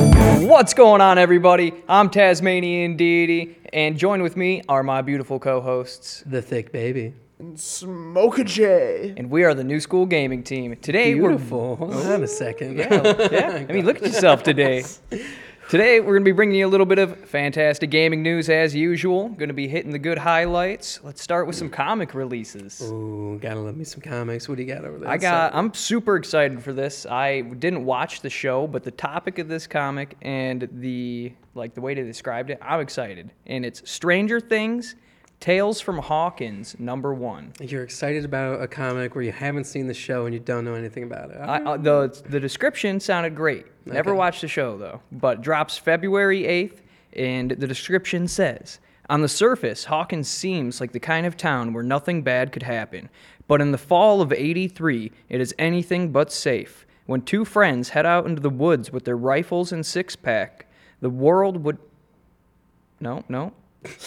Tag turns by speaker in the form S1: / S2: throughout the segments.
S1: What's going on, everybody? I'm Tasmanian Deity, and join with me are my beautiful co hosts,
S2: The thick baby.
S3: Smoke a J.
S1: and we are the New School Gaming Team. Today,
S2: Beautiful. Hold on a second.
S1: we're. Oh. Yeah, I mean, look at yourself today. Today, we're going to be bringing you a little bit of fantastic gaming news as usual. Going to be hitting the good highlights. Let's start with some comic releases.
S2: Ooh, gotta love me some comics. What do you got over there?
S1: I got. I'm super excited for this. I didn't watch the show, but the topic of this comic and the like the way they described it, I'm excited. And it's Stranger Things, Tales from Hawkins, number one.
S2: You're excited about a comic where you haven't seen the show and you don't know anything about it.
S1: I, uh, the the description sounded great. Never
S2: Okay.
S1: watched the show though, but drops February 8th, and the description says. On the surface, Hawkins seems like the kind of town where nothing bad could happen. But in the fall of 83, it is anything but safe. When two friends head out into the woods with their rifles and six pack, the world would. No, no.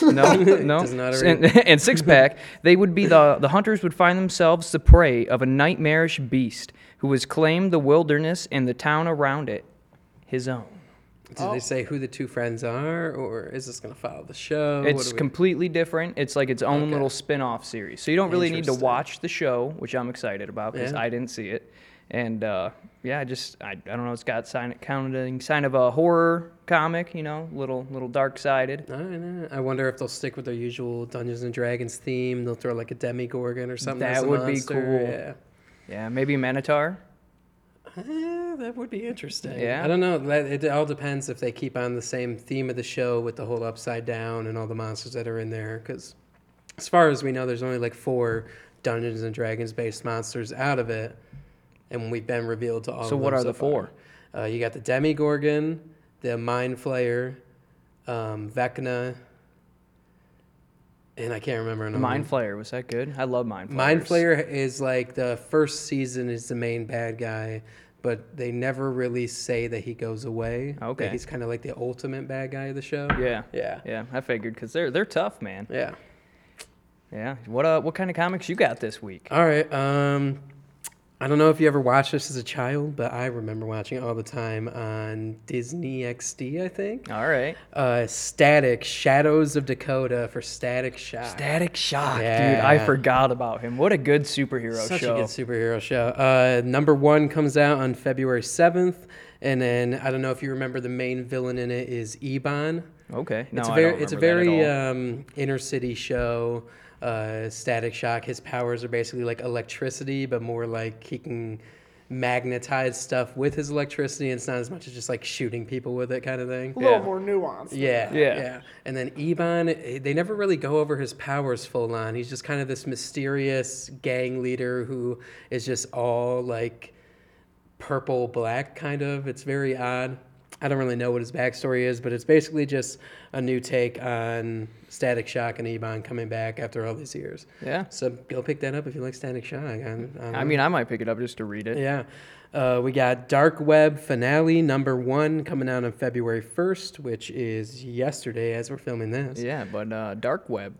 S1: No, no.
S2: Does not
S1: S-
S2: read.
S1: and, and six pack, they would be the the hunters would find themselves the prey of a nightmarish beast who has claimed the wilderness and the town around it his own.
S2: Did
S1: Oh.
S2: they say who the two friends are, or is this gonna follow the show? Oh, What
S1: it's
S2: do we-
S1: completely different. It's like its own
S2: Okay.
S1: little spin-off series. So you don't really need to
S2: Interesting.
S1: watch the show, which I'm excited about because
S2: Yeah.
S1: I didn't see it. And uh, yeah, I just I, I don't know. It's got sign counting sign of a horror comic, you know, little little dark sided.
S2: I, don't know. I wonder if they'll stick with their usual Dungeons and Dragons theme. They'll throw like a demigorgon or something. as
S1: That
S2: a
S1: would be
S2: monster.
S1: cool.
S2: Yeah.
S1: Yeah, maybe Manitar.
S2: Eh, that would be interesting.
S1: Yeah.
S2: I don't know. That- It all depends if they keep on the same theme of the show with the whole upside down and all the monsters that are in there. Because as far as we know, there's only like four Dungeons and Dragons based monsters out of it, and we've been revealed to all.
S1: So
S2: of
S1: what
S2: them
S1: are the
S2: far.
S1: four?
S2: Uh, you got the Demigorgon, the Mind Flayer, um, Vecna, and I can't remember another. one.
S1: Mind Flayer was that good? I love Mind Flayer.
S2: Mind Flayer is like the first season is the main bad guy, but they never really say that he goes away. That
S1: Okay.
S2: he's kind of like the ultimate bad guy of the show.
S1: Yeah.
S2: Yeah.
S1: Yeah, I figured because they're they're tough, man.
S2: Yeah.
S1: Yeah. What uh, what kind of comics you got this week?
S2: All right. Um, I don't know if you ever watched this as a child, but I remember watching it all the time on Disney XD, I think.
S1: All right.
S2: Uh, Static, Shadows of Dakota for Static Shock.
S1: Static Shock, dude.
S2: Yeah.
S1: I forgot about him. What a good superhero
S2: Such
S1: show.
S2: a good superhero show. Uh, number one comes out on February 7th. And then I don't know if you remember the main villain in it is Ebon.
S1: okay. No,
S2: it's a
S1: I
S2: very,
S1: don't
S2: it's a
S1: remember that at
S2: very
S1: all.
S2: um, inner city show. Uh, Static Shock. His powers are basically like electricity, but more like he can magnetize stuff with his electricity. And it's not as much as just like shooting people with it kind of thing.
S3: A little
S1: Yeah.
S3: more nuanced.
S2: Yeah,
S1: Yeah.
S2: yeah, And then Ebon, eh, they never really go over his powers full on. He's just kind of this mysterious gang leader who is just all like purple black kind of. It's very odd. I don't really know what his backstory is, but it's basically just a new take on Static Shock and Ebon coming back after all these years.
S1: yeah.
S2: So go pick that up if you like Static Shock. On, on
S1: I mean, I might pick it up just to read it.
S2: yeah. Uh, we got Dark Web Finale number one coming out on February 1st, which is yesterday as we're filming this.
S1: Yeah, but uh, Dark Web.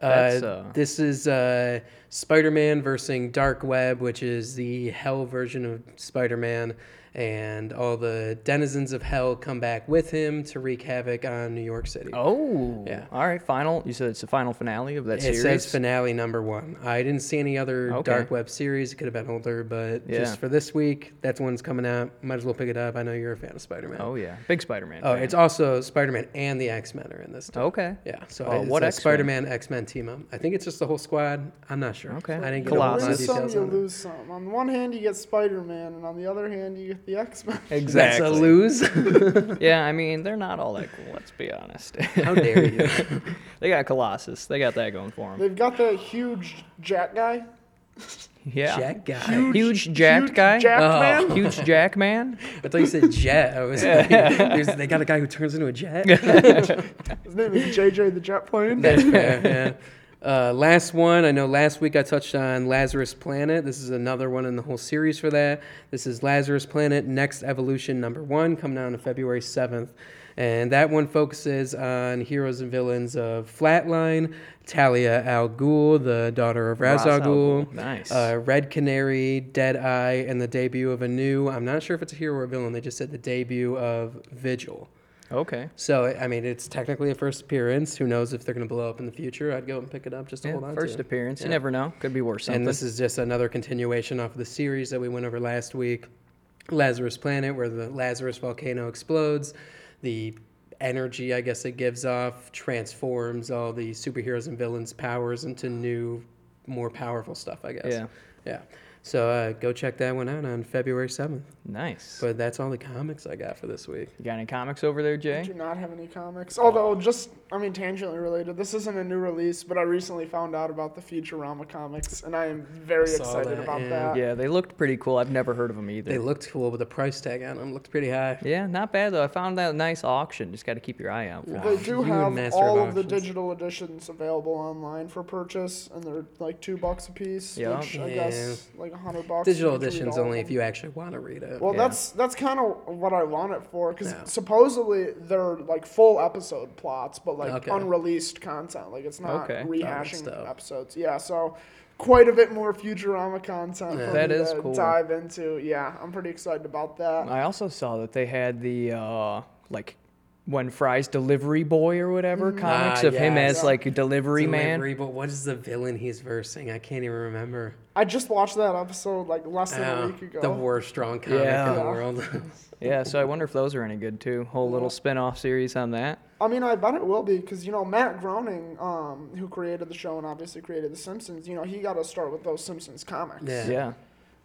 S1: That's,
S2: Uh,
S1: uh,
S2: This is uh, Spider Man versus Dark Web, which is the hell version of Spider Man. And all the denizens of hell come back with him to wreak havoc on New York City.
S1: Oh.
S2: Yeah.
S1: All right. Final. You said it's the final finale of that
S2: it
S1: series.
S2: says finale number one. I didn't see any other
S1: Okay.
S2: Dark Web series. It could have been older, but
S1: Yeah.
S2: just for this week, that's one's coming out. Might as well pick it up. I know you're a fan of Spider Man.
S1: oh yeah. Big Spider-Man.
S2: Oh,
S1: fan.
S2: it's also Spider Man and the X Men are in this. Too.
S1: okay.
S2: Yeah, so
S1: Oh,
S2: it's
S1: what
S2: a
S1: X-Men?
S2: Spider Man X Men team up. I think it's just the whole squad. I'm not sure.
S1: Okay.
S2: I didn't get a
S3: You
S1: Colossus.
S2: lot
S3: win
S2: of
S3: some,
S2: details
S3: you
S2: on it.
S3: lose some. On the one hand, you get Spider Man, and on the other hand, you get the X Men.
S1: Exactly.
S2: That's a lose.
S1: Yeah, I mean, they're not all that cool. Let's be honest.
S2: How dare you?
S1: they got Colossus. They got that going for them.
S3: They've got that huge Jack guy.
S1: Yeah.
S2: Jet guy.
S1: Huge jacked
S3: huge
S1: guy.
S3: Jack
S2: Oh.
S3: Man.
S1: Huge Jack man.
S2: I thought you said jet. I was like, there's- they got a guy who turns into a jet.
S3: His name is JJ the Jet Plane.
S2: That's fair. Yeah. Uh, last one. I know last week I touched on Lazarus Planet. This is another one in the whole series for that. This is Lazarus Planet Next Evolution number one, coming out on February 7th. And that one focuses on heroes and villains of Flatline, Talia al Ghul, the daughter of Raz
S1: Ra's al
S2: al Ghul,
S1: Ghul. Nice.
S2: uh, Red Canary, Deadeye, and the debut of a new, I'm not sure if it's a hero or villain, they just said the debut of Vigil.
S1: Okay.
S2: So I I mean, it's technically a first appearance. Who knows if they're going to blow up in the future? I'd go and pick it up just to
S1: Yeah,
S2: hold on
S1: first
S2: to.
S1: appearance. You
S2: Yeah.
S1: never know. Could be worse. Something.
S2: And this is just another continuation off of the series that we went over last week Lazarus Planet, where the Lazarus volcano explodes. The energy, I guess, it gives off transforms all the superheroes and villains' powers into new, more powerful stuff, I guess.
S1: Yeah.
S2: Yeah. So uh, go check that one out on February 7th.
S1: nice.
S2: But that's all the comics I got for this week.
S1: you got any comics over there,
S3: I
S1: Jay?
S3: do not have any comics. Although, just, I mean, tangentially related, this isn't a new release, but I recently found out about the Futurama comics, and I am very
S2: I saw
S3: excited
S2: that,
S3: about
S2: yeah.
S3: that.
S1: Yeah, they looked pretty cool. I've never heard of them either.
S2: They looked cool, but the price tag on them looked pretty high.
S1: yeah, not bad though. I found that nice auction. Just got to keep your eye out for.
S3: They do
S2: You and
S3: have
S2: Master of
S3: all of the
S2: Auctions.
S3: digital editions available online for purchase, and they're like two bucks a piece,
S1: Yeah.
S3: which I
S2: Yeah.
S3: guess like a hundred bucks.
S2: Digital
S3: you can read
S2: edition's
S3: all of
S2: only
S3: them.
S2: if you actually want to read it.
S3: Well,
S1: Yeah.
S3: that's that's kind of what I want it for, because
S2: Yeah.
S3: supposedly they're like full episode plots, but like
S2: Okay.
S3: unreleashed content. Like it's not
S1: Okay.
S3: rehashing
S2: stuff.
S3: episodes. Yeah, so quite a bit more Futurama content.
S2: Yeah.
S3: For
S1: That
S3: me
S1: is
S3: to
S1: cool.
S3: Dive into. Yeah, I'm pretty excited about that.
S1: I also saw that they had the uh, like when Fry's delivery boy or whatever comics
S2: Ah,
S1: of him
S2: yes.
S1: as like a delivery man.
S2: Delivery, but what is the villain he's versing? I can't even remember.
S3: I just watched that episode like less than a
S2: Oh,
S3: week ago.
S2: the worst drawn comic in the
S1: Yeah.
S2: world.
S1: Yeah, so I wonder if those are any good too. Whole little spin-off series on that.
S3: I mean, I bet it will be because you know Matt Groening, um, who created the show and obviously created The Simpsons. You know, he got to start with those Simpsons comics.
S2: Yeah.
S1: Yeah.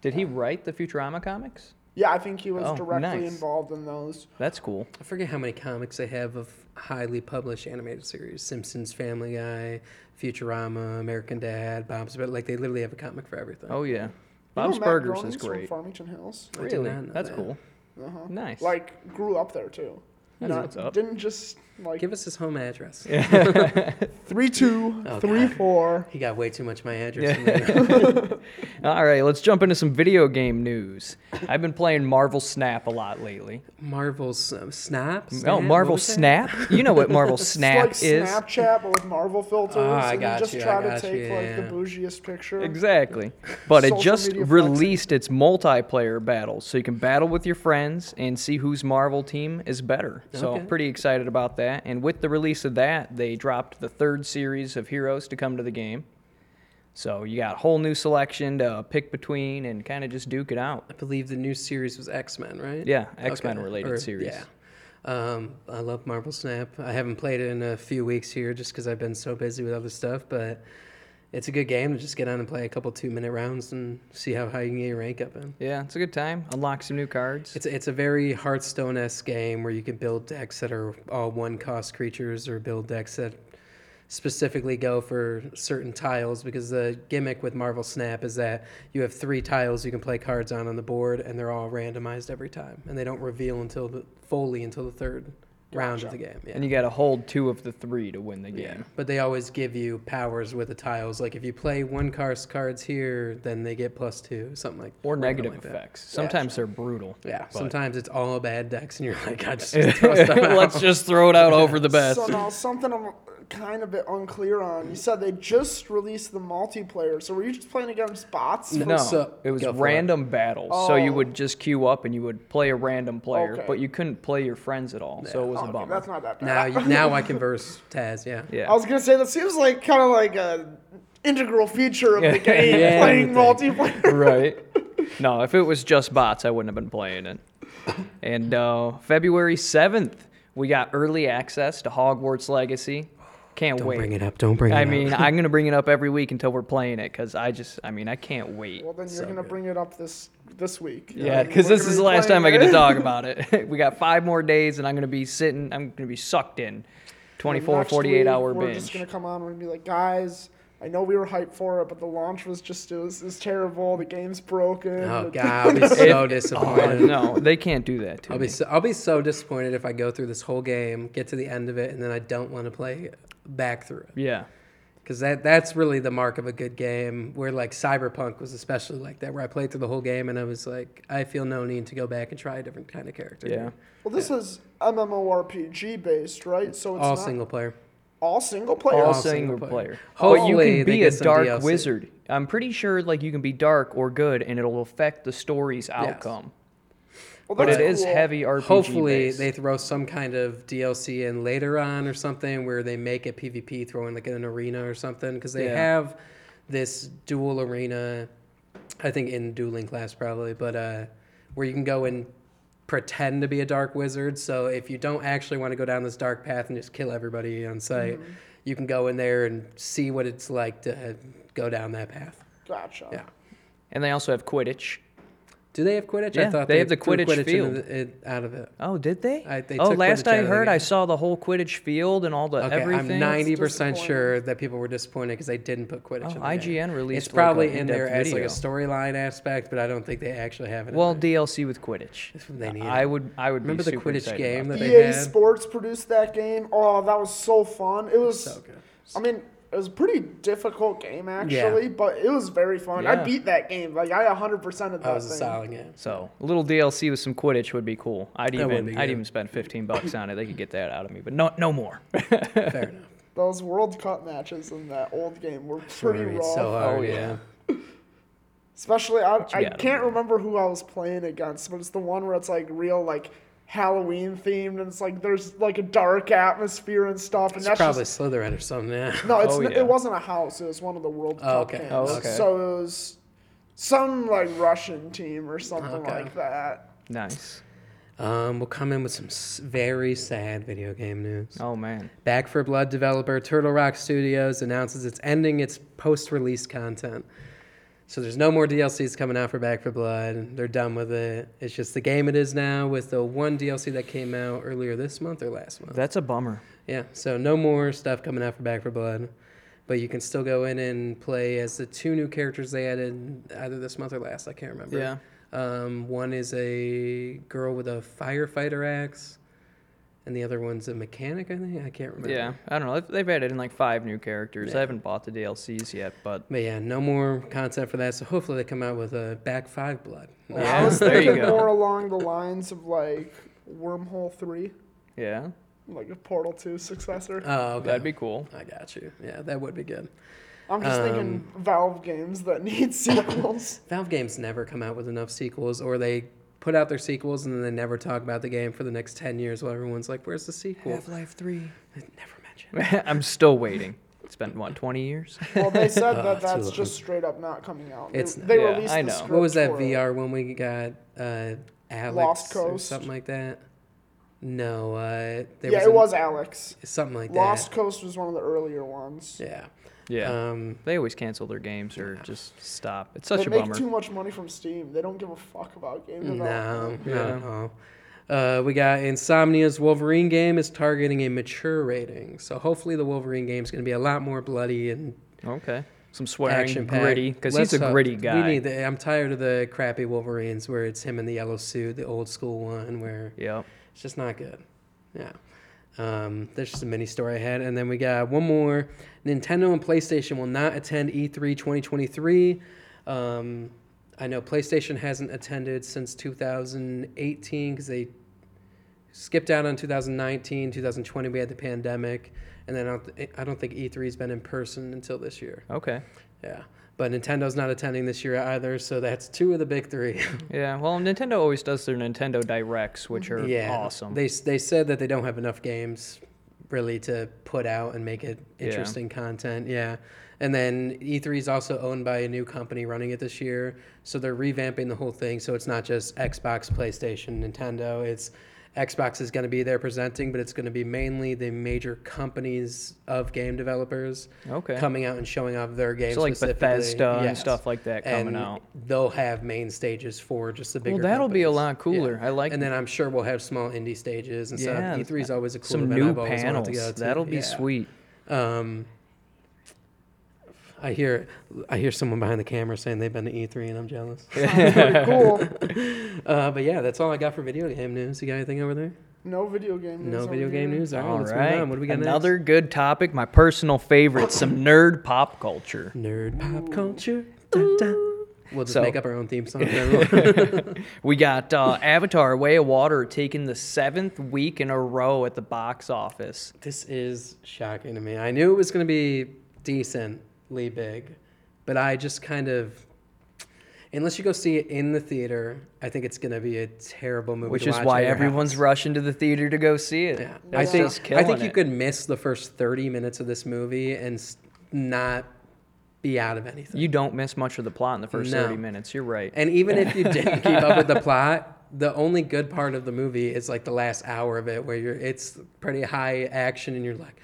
S1: Did he write the Futurama comics?
S3: Yeah, I think he was
S1: Oh,
S3: directly
S1: nice.
S3: involved in those.
S1: That's cool.
S2: I forget how many comics they have of highly published animated series: Simpsons, Family Guy, Futurama, American Dad, Bob's. But like, they literally have a comic for everything.
S1: Oh yeah.
S3: You know
S1: Bob's
S3: Matt
S1: Burgers is
S3: Groening's from
S1: great.
S3: Farmington Hills.
S2: I did
S1: Really?
S2: not know
S1: That's
S2: that.
S1: cool.
S3: Uh-huh.
S1: Nice.
S3: Like grew up there too.
S1: That's
S3: Not-
S1: what's up.
S3: Didn't just like
S2: Give us his home address.
S3: three two,
S2: Oh,
S3: three
S2: God.
S3: four.
S2: He got way too much my address. in there.
S1: All right, let's jump into some video game news. I've been playing Marvel Snap a lot lately.
S2: Marvel's um, Snap.
S1: oh,
S2: Snap? What
S1: Marvel
S2: was that?
S1: Snap? You know what Marvel Snap
S3: it's like
S1: is?
S3: Snapchat but with Marvel filters,
S2: Ah, I
S3: and
S2: got
S3: you just
S2: you, I
S3: try to
S2: got
S3: take
S2: you,
S3: like the
S2: yeah.
S3: bougiest picture.
S1: Exactly. But it
S3: Social
S1: just
S3: media flexing.
S1: released its multiplayer battles, so you can battle with your friends and see whose Marvel team is better. So
S2: Okay.
S1: pretty excited about that. And with the release of that, they dropped the third series of heroes to come to the game. So you got a whole new selection to pick between and kind of just duke it out.
S2: I believe the new series was X Men, right?
S1: Yeah, X-Men
S2: Okay,
S1: related
S2: or-
S1: series.
S2: Yeah. Um, I love Marvel Snap. I haven't played it in a few weeks here just because I've been so busy with other stuff, but it's a good game to just get on and play a couple two minute rounds and see how high you can get your rank up in.
S1: Yeah, it's a good time. Unlock some new cards.
S2: It's it's a very Hearthstone esque game where you can build decks that are all one cost creatures or build decks that specifically go for certain tiles because the gimmick with Marvel Snap is that you have three tiles you can play cards on on the board and they're all randomized every time and they don't reveal until the, fully until the third round of the game. Yeah.
S1: and you got to hold two of the three to win the
S2: Yeah,
S1: game.
S2: but they always give you powers with the tiles. Like if you play one cards cards here, then they get plus two, something like
S1: Or
S2: random
S1: negative
S2: like that.
S1: effects. Sometimes they're brutal.
S2: Yeah,
S1: but-
S2: sometimes it's all bad decks, and you're like, I just
S1: Let's just throw it out over the best.
S3: So now something I'm kind of a bit unclear on. You said they just released the multiplayer, so were you just playing against bots? for-
S1: No,
S2: So-
S1: it was
S2: Go for it.
S1: random battles. So you
S3: Oh.
S1: would just queue up and you would play a random player,
S3: Okay.
S1: but you couldn't play your friends at all. So it was a
S3: Oh, okay,
S1: bummer.
S3: that's not that bad.
S2: now, you, now I can verse Taz. Yeah.
S1: Yeah.
S3: I was gonna say that seems like kind of like a integral feature of the game,
S2: Yeah.
S3: playing multiplayer.
S1: right. No, if it was just bots, I wouldn't have been playing it. And uh, February 7th, we got early access to Hogwarts Legacy. Can't
S2: Don't
S1: wait.
S2: bring it up. Don't bring it
S1: I
S2: up.
S1: mean, I'm going to bring it up every week until we're playing it because I just, I mean, I can't wait.
S3: Well, then you're
S2: So
S3: gonna
S2: good.
S3: bring it up this this week.
S1: Yeah,
S3: And
S1: because
S3: we're
S1: this
S3: gonna
S1: is
S3: be
S1: the last
S3: playing
S1: time I get to
S3: it.
S1: talk about it. we got five more days, and I'm going to be sitting, I'm going to be sucked in. 24,
S3: Next
S1: 48
S3: week,
S1: hour
S3: We're just
S1: binge.
S3: gonna come on and be like, guys. I know we were hyped for it, but the launch was just it was, it was terrible. The game's broken.
S2: oh
S3: It-
S2: god, I'll be so disappointed.
S1: no, they can't do that to
S2: I'll
S1: me.
S2: be so, I'll be so disappointed if I go through this whole game, get to the end of it, and then I don't want to play back through it.
S1: Yeah.
S2: Because that that's really the mark of a good game. Where like Cyberpunk was especially like that, where I played through the whole game and I was like, I feel no need to go back and try a different kind of character.
S1: Yeah.
S3: Well, this is MMORPG based, right? So it's
S2: All
S3: not
S2: single player.
S3: all single player.
S1: All
S2: single
S1: single
S2: player.
S1: player. but you
S2: Hopefully
S1: can
S2: they
S1: be a
S2: get some
S1: dark
S2: DLC.
S1: wizard. I'm pretty sure like you can be dark or good, and it'll affect the story's outcome.
S3: Well,
S1: but
S3: that's
S1: it is
S3: cool.
S1: heavy RPG.
S2: Hopefully,
S1: based.
S2: they throw some kind of DLC in later on or something where they make it PvP, throw in like an arena or something because they
S1: Yeah.
S2: have this dual arena, I think in dueling class probably, but uh, where you can go and pretend to be a dark wizard. So if you don't actually want to go down this dark path and just kill everybody on site, you can go in there and see what it's like to uh, go down that path.
S3: Gotcha.
S2: Yeah.
S1: and they also have Quidditch.
S2: Do they have Quidditch?
S1: Yeah, they have the
S2: threw
S1: Quidditch
S2: into
S1: field.
S2: the- it, out of it.
S1: Oh, did they?
S2: I- they
S1: oh,
S2: took
S1: last
S2: Quidditch out
S1: I
S2: of the
S1: heard, I
S2: game.
S1: saw the whole Quidditch field and all the
S2: Okay,
S1: everything.
S2: I'm 90%
S3: Disappointing.
S2: sure that people were disappointed because they didn't put Quidditch
S1: Oh,
S2: in the game.
S1: IGN released.
S2: It's probably
S1: like a
S2: in there
S1: in-depth
S2: as like a
S1: video.
S2: storyline aspect, but I don't think they actually have it.
S1: Well,
S2: in there.
S1: DLC with Quidditch.
S2: what they need.
S1: I would. I would
S2: remember
S1: be
S2: the
S1: super
S2: Quidditch
S1: excited
S2: game
S1: about
S2: that
S1: that.
S2: they
S3: EA
S2: had?
S3: E Sports produced that game. Oh, that was so fun. It was.
S2: So good.
S3: I mean, it was a pretty difficult game actually, but it was very fun. I
S1: Yeah.
S3: beat that game. Like I 100 percent of that
S2: That was a
S3: thing.
S2: solid game.
S1: So a little DLC with some Quidditch would be cool. I'd
S2: That would
S1: even.
S2: be
S1: I'd
S2: good.
S1: even spend 15 bucks on it. They could get that out of me, but no, no more.
S2: Fair enough.
S3: Those World Cup matches in that old game were pretty
S2: Remember,
S3: raw.
S2: It's so hard.
S1: Oh, yeah.
S2: yeah.
S3: Especially, I,
S1: you
S3: I
S1: got
S3: can't
S1: over?
S3: remember who I was playing against, but it's the one where it's like real like Halloween themed, and it's like there's like a dark atmosphere and stuff, and
S2: It's
S3: that's
S2: probably
S3: just.
S2: Slytherin or something. Yeah.
S3: No, it's
S1: Oh,
S3: n
S1: yeah.
S3: it wasn't a house. It was one of the World
S2: Oh,
S3: Cup
S2: okay.
S3: games.
S1: Oh, okay.
S3: So it was some like Russian team or something
S2: Okay.
S3: like that.
S1: Nice.
S2: Um, we'll come in with some s- very sad video game news.
S1: Oh man.
S2: Back for Blood developer Turtle Rock Studios announces it's ending its post release content. So there's no more DLCs coming out for Back for Blood. They're done with it. It's just the game it is now with the one DLC that came out earlier this month or last month.
S1: That's a bummer.
S2: Yeah, so no more stuff coming out for Back for Blood. But you can still go in and play as the two new characters they added either this month or last. I can't remember.
S1: Yeah.
S2: Um, one is a girl with a firefighter axe, and the other one's a mechanic, I think. I can't remember.
S1: Yeah. I don't know. They've- They've added in like five new characters. I
S2: Yeah.
S1: haven't bought the DLCs yet, but
S2: But yeah, no more content for that. So hopefully they come out with a back five blood.
S3: Well,
S1: Yeah,
S3: I was
S1: there you
S3: thinking
S1: go.
S3: more along the lines of like Wormhole Three,
S1: yeah,
S3: like a Portal Two successor.
S2: Oh, okay.
S1: that'd be cool.
S2: I got you. Yeah, that would be good.
S3: I'm just thinking
S1: Um,
S3: Valve games that need sequels.
S2: Valve games never come out with enough sequels, or they put out their sequels and then they never talk about the game for the next ten years. While everyone's like, "Where's the sequel?"
S1: Life Three.
S2: Never mentioned.
S1: I'm still waiting. It's been what 20 years.
S3: Well, they said
S2: Oh,
S3: that
S2: that's
S3: that's
S2: too
S3: just straight up not coming out. They,
S2: It's-
S3: they
S1: yeah,
S3: released
S1: I
S3: the
S1: know.
S3: script
S2: What was that
S3: for it.
S2: VR one we got? Uh, Alex
S3: Lost
S2: or
S3: Coast.
S2: something like that. No, uh, there
S3: yeah,
S2: was
S3: it
S2: an-
S3: was Alex.
S2: something like
S3: Lost
S2: that.
S3: Coast was one of the earlier ones.
S2: Yeah.
S1: Yeah.
S2: Um,
S1: They always cancel their games or just stop. It's such
S3: they
S1: a
S3: make
S1: bummer.
S3: too much money from Steam. They don't give a fuck about game
S2: No,
S3: development.
S2: not
S1: Yeah.
S2: at all. Uh, we got Insomnia's Wolverine game is targeting a mature rating, so hopefully the Wolverine game is going to be a lot more bloody and
S1: Okay. Some swearing,
S2: action packed.
S1: gritty, because he's a gritty guy.
S2: We need the, I'm tired of the crappy Wolverines where it's him in the yellow suit, the old school one where
S1: Yep.
S2: it's just not good. Yeah. Um, that's just a mini story I had. And then we got one more. Nintendo and PlayStation will not attend E E3 2023. Um, I know PlayStation hasn't attended since 2018 because they skipped out on 2019. 2020, we had the pandemic. And then I don't, th- I don't think E3 has been in person until this year.
S1: Okay.
S2: Yeah. But Nintendo's not attending this year either. So that's two of the big three.
S1: Yeah. Well, Nintendo always does their Nintendo Directs, which are awesome.
S2: They they said that they don't have enough games really to put out and make it
S1: Yeah.
S2: interesting content. Yeah. And then E3 is also owned by a new company running it this year, so they're revamping the whole thing. So it's not just Xbox, PlayStation, Nintendo. It's Xbox is going to be there presenting, but it's going to be mainly the major companies of game developers
S1: okay.
S2: coming out and showing off their games.
S1: so like
S2: specifically.
S1: Bethesda and
S2: Yes.
S1: stuff like that coming
S2: And
S1: out.
S2: They'll have main stages for just the bigger.
S1: Well, that'll be a
S2: companies.
S1: lot cooler. I like
S2: And then I'm sure we'll have small indie stages and
S1: Yeah,
S2: stuff. E3 is always a cool
S1: some
S2: event.
S1: new
S2: I've always wanted
S1: panels.
S2: to go to.
S1: That'll be
S2: Yeah.
S1: sweet.
S2: Um, I hear, I hear someone behind the camera saying they've been to E3, and I'm jealous.
S3: Sounds pretty cool.
S2: uh, but yeah, that's all I got for video game news. You got anything over there?
S3: No video game news.
S2: No
S3: over
S2: video
S3: here.
S2: game news. All right,
S1: All
S2: let's
S1: right.
S2: move on. What do we got
S1: Another good topic. My personal favorite. Some nerd pop culture.
S2: next? nerd pop culture. Dun, dun. We'll just
S1: So-
S2: make up our own theme song. For
S1: We got uh, Avatar: Way of Water taking the seventh week in a row at the box office.
S2: This is shocking to me. I knew it was going to be decently big, but I just kind of. unless you go see it in the theater, I think it's gonna be a terrible movie.
S1: Which
S2: to
S1: is
S2: watch
S1: why
S2: at your
S1: everyone's
S2: house.
S1: rushing to the theater to go see it.
S2: Yeah.
S1: That's
S2: I think
S1: just
S2: I
S1: killing
S2: think you
S1: it.
S2: could miss the first 30 minutes of this movie and s- not be out of anything.
S1: You don't miss much of the plot in the first
S2: No.
S1: 30 minutes. You're right.
S2: and even if you didn't keep up with the plot, the only good part of the movie is like the last hour of it where you're it's pretty high action and you're like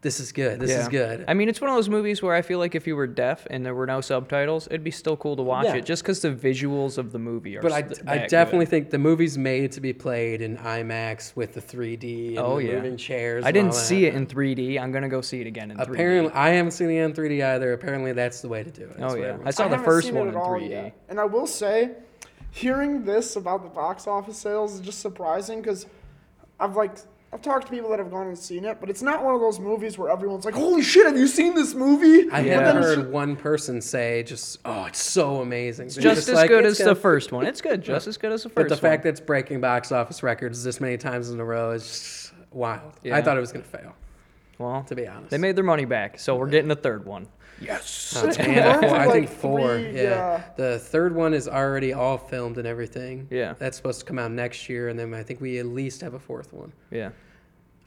S2: this is good. This is
S1: Yeah.
S2: good.
S1: I mean, it's one of those movies where I feel like if you were deaf and there were no subtitles, it'd be still cool to watch
S2: Yeah.
S1: it just because the visuals of the movie are.
S2: but I,
S1: st-
S2: I
S1: that
S2: definitely
S1: good.
S2: think the movie's made to be played in IMAX with the 3D and
S1: Oh,
S2: the
S1: yeah.
S2: moving chairs.
S1: I
S2: and all
S1: didn't
S2: that.
S1: see it in 3D. I'm gonna go see it again in 3D.
S2: Apparently, I haven't seen it in 3D either. Apparently, that's the way to do it. That's
S1: oh
S2: what
S1: yeah,
S2: everyone
S1: I saw
S3: I
S1: the
S3: haven't
S1: first
S3: seen
S1: one
S3: it
S1: in
S3: at all
S1: 3D.
S3: yet. And I will say, hearing this about the box office sales is just surprising because I've like I've talked to people that have gone and seen it, but it's not one of those movies where everyone's like, "Holy shit, have you seen this movie?"
S2: I
S3: But
S1: Yeah.
S2: have
S3: then it's
S2: heard one person say, "Just oh, it's so amazing." It's
S1: Just as good as the
S2: gonna-
S1: first one. It's good, just as good as the first.
S2: But the fact
S1: one.
S2: that it's breaking box office records this many times in a row is just wild.
S1: Yeah.
S2: I thought it was gonna fail,
S1: well,
S2: to be honest.
S1: they made their money back, so we're getting a third one.
S2: Uh,
S3: It's
S2: and
S3: confirmed
S2: four-
S3: for
S2: I think
S3: like
S2: four.
S3: three,
S2: yeah.
S3: yeah.
S2: the third one is already all filmed and everything.
S1: Yeah.
S2: that's supposed to come out next year, and then I think we at least have a fourth one.
S1: Yeah,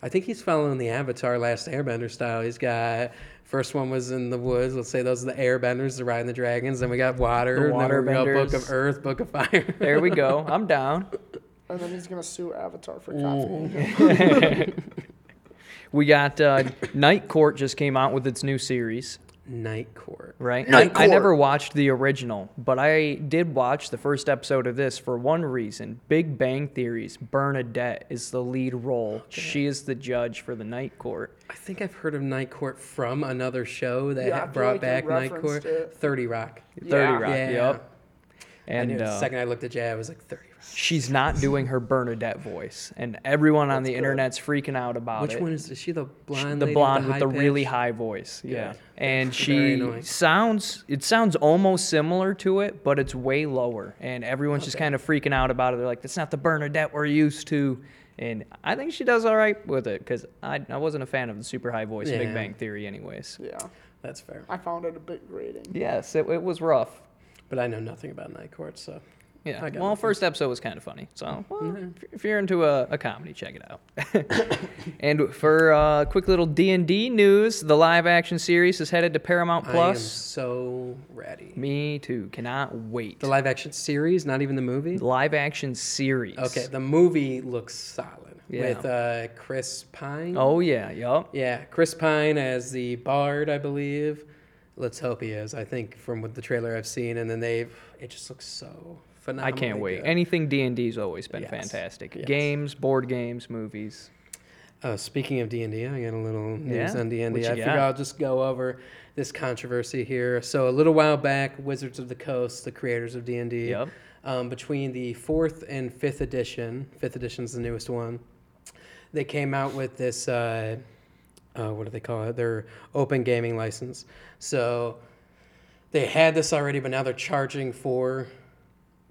S2: I think he's following the Avatar Last Airbender style. He's got first one was in the woods. Let's say those are the Airbenders, the Riding the Dragons. Then we got water.
S1: The
S2: and then we got Book
S1: Waterbenders.
S2: of Earth, Book of Fire.
S1: there we go. I'm down.
S3: and then he's gonna sue Avatar for copying.
S1: We got uh, Night Court just came out with its new series.
S2: Night Court.
S1: right?
S3: Night
S1: I, I never
S3: Court.
S1: watched the original, but I did watch the first episode of this for one reason. Big Bang Theory's Bernadette is the lead role. She is the judge for the night court.
S2: I think I've heard of Night Court from another show that
S3: Yeah, I
S2: had
S3: feel
S2: brought
S3: like you
S2: back Night Court.
S3: referenced it.
S2: Thirty Rock.
S1: 30
S3: Yeah.
S1: Rock.
S2: Yeah.
S1: Yep.
S2: I knew
S1: And
S2: the
S1: uh,
S2: second I looked at Jay, I was like Thirty Rock.
S1: she's not doing her Bernadette voice, and everyone on the internet's freaking out about
S2: Which
S1: it.
S2: one is, is she? The
S1: Sh-
S2: blonde.
S1: the
S2: lady
S1: blonde
S2: with
S1: with
S2: high
S1: the really
S2: pitch?
S1: high voice. Yeah. And
S2: That's very
S1: she
S2: annoying.
S1: sounds it sounds almost similar to it, but it's way lower. And everyone's just kind of freaking out about it. They're like, that's not the Bernadette we're used to. And I think she does all right with it because I, I wasn't a fan of the super high voice
S2: Yeah.
S1: Big Bang Theory, anyways.
S3: yeah,
S2: That's fair.
S3: I found it a bit grating.
S1: Yes, it, it was rough.
S2: But I know nothing about Night Court, so
S1: Yeah. Well,
S2: I got Mm-hmm. nothing.
S1: first episode was kind of funny. So, well, if- if you're into a, a comedy, check it out. and for uh, quick little D and D news, the live action series is headed to Paramount
S2: I am
S1: Plus.
S2: so ready.
S1: Me too. Cannot wait.
S2: The live action series, not even the movie.
S1: live action series.
S2: Okay, the movie looks solid
S1: Yeah.
S2: with uh, Chris Pine.
S1: Oh yeah. Yup.
S2: yeah, Chris Pine as the bard, I believe. Let's hope he is. I think from what the trailer I've seen, and then they've it just looks so
S1: I
S2: phenomenal.
S1: can't wait. Anything D and D's always been
S2: Yes.
S1: fantastic.
S2: Yes.
S1: Games, board games, movies.
S2: Oh, speaking of D and I got a little news
S1: Yeah?
S2: on D and
S1: What
S2: D.
S1: you
S2: I
S1: got?
S2: figure I'll just go over this controversy here. So a little while back, Wizards of the Coast, the creators of D and D,
S1: Yep.
S2: um, between the fourth and fifth edition, fifth edition's the newest one. They came out with this. Uh, uh, what do they call it? Their open gaming license. So they had this already, but now they're charging for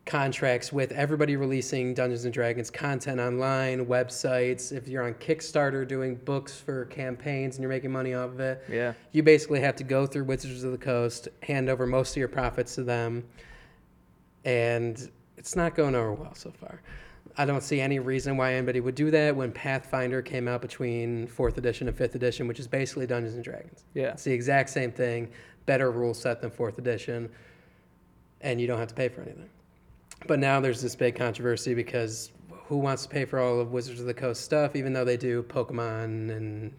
S2: contracts with everybody releasing Dungeons and Dragons content online, websites. If you're on Kickstarter doing books for campaigns and you're making money off of it,
S1: Yeah.
S2: you basically have to go through Wizards of the Coast, hand over most of your profits to them, and it's not going over well so far. I don't see any reason why anybody would do that when Pathfinder came out between fourth edition and fifth edition, which is basically Dungeons and Dragons.
S1: Yeah.
S2: It's the exact same thing, better rule set than fourth edition, and you don't have to pay for anything. But now there's this big controversy because who wants to pay for all of Wizards of the Coast stuff, even though they do Pokemon and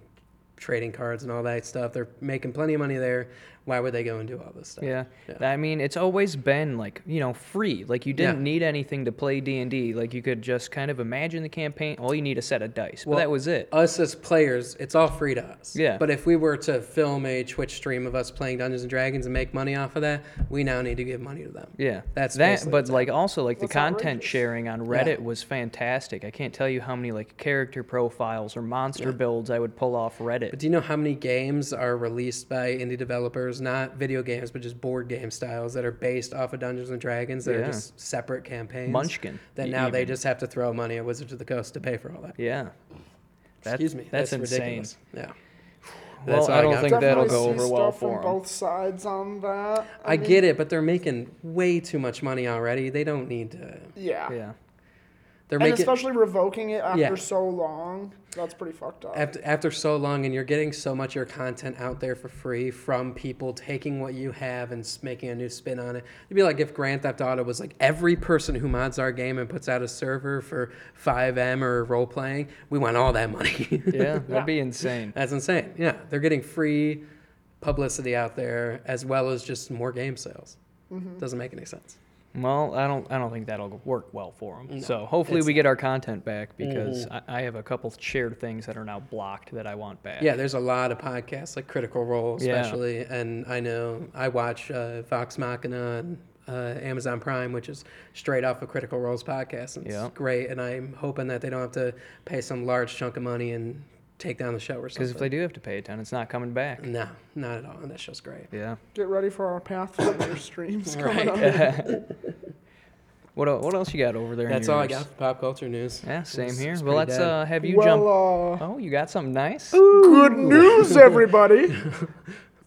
S2: trading cards and all that stuff? They're making plenty of money there. Why would they go and do all this stuff?
S1: Yeah. I mean, it's always been like you know free. Like you didn't
S2: Yeah.
S1: need anything to play D and D. Like you could just kind of imagine the campaign. All you need is a set of dice. but
S2: Well, uh,
S1: that was it.
S2: Us as players, it's all free to us.
S1: Yeah.
S2: But if we were to film a Twitch stream of us playing Dungeons and Dragons and make money off of that, we now need to give money to them.
S1: Yeah,
S2: That's
S1: that.
S2: basically
S1: But
S2: what's
S1: like, also like the
S3: That's
S1: content
S3: outrageous.
S1: sharing on Reddit was fantastic. I can't tell you how many like character profiles or monster builds I would pull off Reddit.
S2: But do you know how many games are released by indie developers, not video games, but just board game styles that are based off of Dungeons and Dragons that
S1: Yeah.
S2: are just separate campaigns?
S1: Munchkin,
S2: That
S1: e-
S2: now they
S1: even.
S2: just have to throw money at Wizards of the Coast to pay for all that.
S1: Yeah. That-
S2: Excuse me.
S1: That's, insane.
S2: ridiculous. Yeah.
S1: Well,
S2: all
S1: I don't
S2: got.
S1: think that'll
S3: Definitely
S1: go
S3: see
S1: over well
S3: stuff
S1: for
S3: from
S1: 'em.
S3: both sides on that.
S2: I,
S3: mean,
S2: get it, but they're making way too much money already. They don't need to.
S3: Yeah.
S1: Yeah.
S2: They're
S3: And
S2: making
S3: especially revoking it after
S2: Yeah.
S3: so long, that's pretty fucked up.
S2: after, after so long, and you're getting so much of your content out there for free from people taking what you have and s- making a new spin on it. It'd be like if Grand Theft Auto was like every person who mods our game and puts out a server for 5M or role playing, we want all that money.
S1: Yeah, that'd be insane.
S2: That's insane. Yeah, they're getting free publicity out there as well as just more game sales. Doesn't make any sense.
S1: Well, I don't I don't think that'll work well for them. so hopefully we get our content back because
S3: Mm-hmm.
S1: I, I have a couple shared things that are now blocked that I want back.
S2: Yeah, there's a lot of podcasts like Critical Role,
S1: Yeah.
S2: especially, and I know I watch uh, Vox Machina and uh, Amazon Prime, which is straight off of Critical Role's podcast, and
S1: Yeah.
S2: it's great. And I'm hoping that they don't have to pay some large chunk of money and take down the show or
S1: Because
S2: something.
S1: if they do have to pay a ton, it's not coming back.
S3: Mm-hmm.
S2: no, not at all, and that show's great.
S1: Yeah.
S3: Get ready for our Pathfinder streams
S2: Right.
S3: coming up.
S1: What el- what else you got over there? in
S2: That's all I
S1: yours?
S2: got for pop culture news.
S1: Yeah, same
S2: It's-
S1: here.
S2: it's
S1: Well,
S2: pretty
S1: let's
S2: dead.
S1: uh, have you jump.
S3: Well, uh,
S1: Oh, you got something nice.
S3: good news, everybody.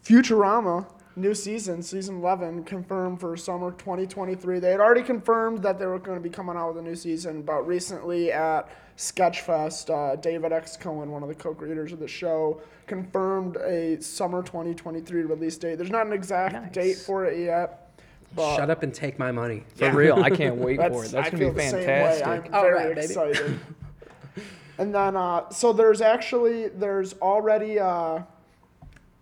S3: Futurama, new season, season 11, confirmed for summer 2023. They had already confirmed that they were going to be coming out with a new season, but recently at Sketchfest, uh, David X. Cohen, one of the co creators of the show, confirmed a summer 2023 release date. There's not an exact
S1: Nice.
S3: date for it yet. But
S2: Shut up and take my money.
S1: For real, I can't wait for it.
S3: I
S1: That's gonna
S3: feel
S1: be
S3: the same way.
S1: fantastic.
S3: I'm
S2: All
S3: very
S2: right, baby.
S3: excited. and then, uh, so there's actually there's already uh,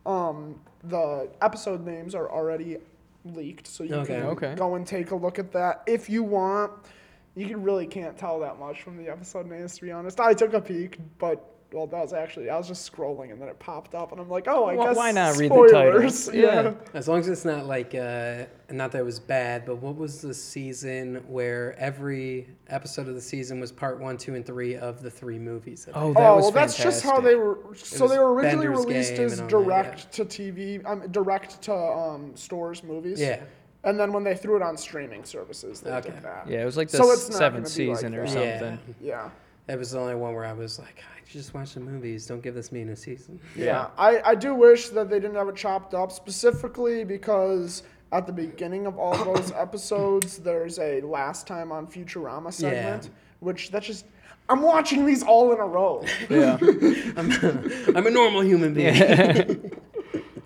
S3: um, the episode names are already leaked, so you
S2: Okay.
S3: can
S1: Okay.
S3: go and take a look at that if you want. You can- really can't tell that much from the episode names, to be honest. I took a peek, but well, that was actually I was just scrolling and then it popped up, and I'm like, oh, I
S1: Why-
S3: guess
S1: why not read the
S3: spoilers.
S1: titles?
S3: Yeah.
S1: Yeah.
S2: As long as it's not like, uh, not that it was bad, but what was the season where every episode of the season was part one, two, and three of the three movies? that
S1: Oh,
S2: they-
S1: that
S3: oh
S1: was
S3: well, that's just how
S1: fantastic.
S3: they were. So
S2: was
S3: they were originally
S2: Bender's
S3: released
S2: Game
S3: as
S2: and all that, yeah.
S3: direct to TV, um, direct to um, stores movies.
S2: Yeah.
S3: And then when they threw it on streaming services, they
S2: Okay.
S3: did that.
S1: Yeah, it was like the
S3: So it's not gonna
S1: seventh
S3: be like
S1: season or
S3: that.
S2: Yeah.
S1: something.
S3: Yeah.
S2: That was the only one where I was like, I just watched the movies. Don't give this me a new season.
S3: Yeah. I, I do wish that they didn't have it chopped up specifically because at the beginning of all those episodes, there's a last time on Futurama segment, which that's just. I'm watching these all in a row.
S1: Yeah.
S2: I'm a normal human being.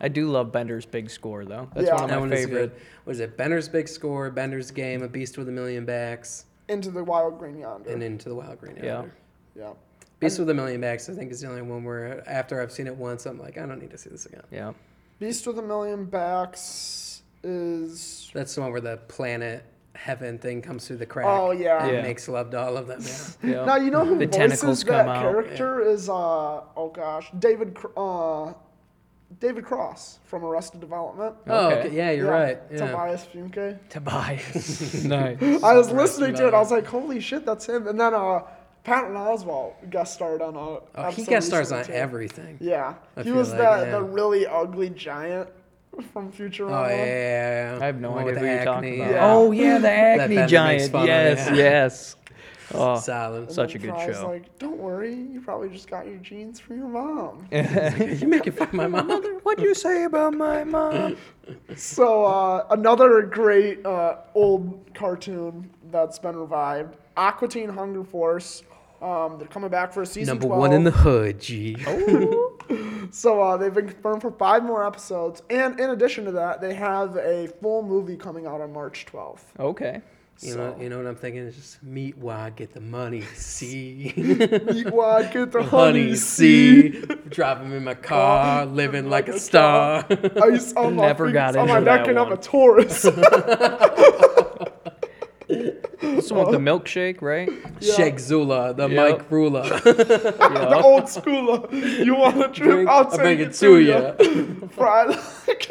S1: I do love Bender's big score though. That's
S3: Yeah.
S1: one of
S2: That
S1: my
S2: one is
S1: favorite.
S2: good. What is it? Bender's Big Score, Bender's Game, A Beast with a Million Backs,
S3: Into the Wild Green Yonder.
S2: and Into the Wild Green.
S1: Yeah.
S2: Yonder.
S3: yeah.
S2: Beast with a Million Backs, I think, is the only one where after I've seen it once, I'm like, I don't need to see this again.
S1: Yeah.
S3: Beast with a Million Backs is
S2: That's the one where the planet heaven thing comes through the crack.
S3: Oh, yeah.
S2: and
S1: Yeah.
S2: makes love to all of them. Yeah.
S1: Yeah.
S3: Now you know who
S1: The
S3: voices
S1: tentacles
S3: that
S1: come out.
S3: character is uh oh gosh David Cr- uh David Cross from Arrested Development.
S2: Oh,
S1: Okay.
S2: okay. yeah, you're right. Yeah.
S3: Tobias Funke.
S1: Tobias. nice.
S3: I was
S2: Arrested
S3: listening to it. I was like, holy shit, that's him. And then uh, Patton Oswald guest starred on a.
S2: Oh, he
S3: episode
S2: guest stars on
S3: recently, too.
S2: everything.
S3: Yeah,
S2: I
S3: he
S2: feel
S3: was
S2: like,
S3: the
S2: yeah.
S3: the really ugly giant from Futurama.
S2: Oh yeah, yeah, yeah.
S1: I have no
S2: One
S1: idea
S2: with
S1: who
S2: Oh, the
S1: you're
S2: acne,
S1: talking about.
S2: yeah.
S1: Oh yeah, the acne
S2: Bender makes
S1: giant.
S2: fun of,
S1: Yes,
S2: yeah.
S1: yes. Oh,
S2: Solid.
S3: And
S1: such
S3: then
S1: a good
S3: Fry's
S1: show.
S3: Like, don't worry, you probably just got your jeans from your mom.
S2: you making fun of my mom?
S1: what do you say about my mom?
S3: So uh, another great uh, old cartoon that's been revived, Aqua Teen Hunger Force. Um, they're coming back for season
S2: Number
S3: 12.
S2: one in the hood, G.
S3: so uh, they've been confirmed for five more episodes, and in addition to that, they have a full movie coming out on March 12th.
S1: Okay.
S2: You
S3: so
S2: know, you know what I'm thinking? It's just meet why get the money, see.
S3: eat why, get the
S2: Honey,
S3: honey,
S2: see.
S3: seed.
S2: Drive him in my car, living like a star.
S3: Ice on my
S1: Never
S3: feet,
S1: got
S3: on my
S1: into
S3: neck,
S1: that
S3: and I'm
S1: one.
S3: a Taurus.
S1: This one with the milkshake, right?
S3: Yeah.
S2: Sheikh Zula, the
S1: Yep.
S2: Mike Ruler.
S3: the old schooler. You want a trip?
S2: Drink-
S3: I'll
S2: I'll
S3: take
S2: bring
S3: it
S2: it to
S3: ya. Fry like-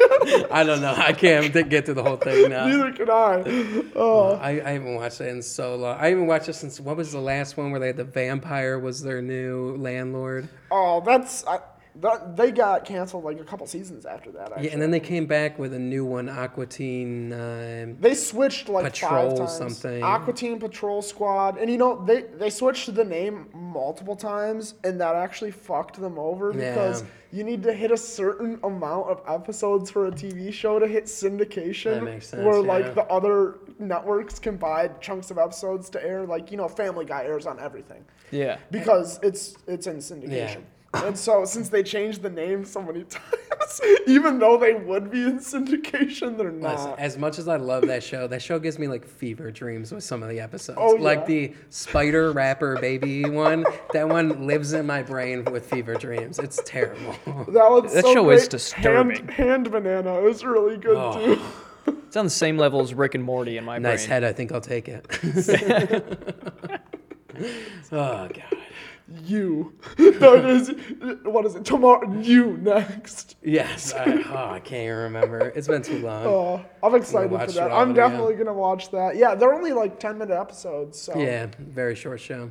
S2: I don't know. I can't d- get through the whole thing now.
S3: Neither can I. Oh,
S2: I, I haven't watched it in so long. I haven't watched it since what was the last one where they had the vampire was their new landlord?
S3: oh that's I, That, they got canceled like a couple seasons after that. Actually.
S2: Yeah, and then they came back with a new one, Aquatine. Uh,
S3: They switched like
S2: Patrol
S3: five times.
S2: something.
S3: Aqua Teen Patrol Squad, and you know they they switched the name multiple times, and that actually fucked them over because
S2: Yeah.
S3: you need to hit a certain amount of episodes for a TV show to hit syndication.
S2: That makes sense,
S3: Where
S2: yeah.
S3: like the other networks can buy chunks of episodes to air, like you know Family Guy airs on everything
S1: Yeah.
S3: because it's it's in syndication. And so since they changed the name so many times, even though they would be in syndication, they're not.
S1: Uh,
S2: Listen, as much as I love that show, that show gives me like fever dreams with some of the episodes.
S3: Oh,
S2: Like
S3: yeah.
S2: the spider rapper baby one, that one lives in my brain with fever dreams. It's terrible.
S3: That was
S1: That
S3: so
S1: show is
S3: great.
S1: disturbing.
S3: Hand, hand banana is really good
S2: Oh.
S3: too.
S1: It's on the same level as Rick and Morty in my
S2: nice
S1: brain.
S2: head, I think I'll take it. oh god.
S3: You, that is what is it? Tomorrow, you next.
S2: Yes. I, oh, I can't even remember. It's been too long.
S3: Oh, I'm excited
S2: watch
S3: for that.
S2: it all,
S3: I'm
S2: yeah.
S3: definitely gonna watch that. Yeah, they're only like ten minute episodes, so
S2: Yeah, very short show.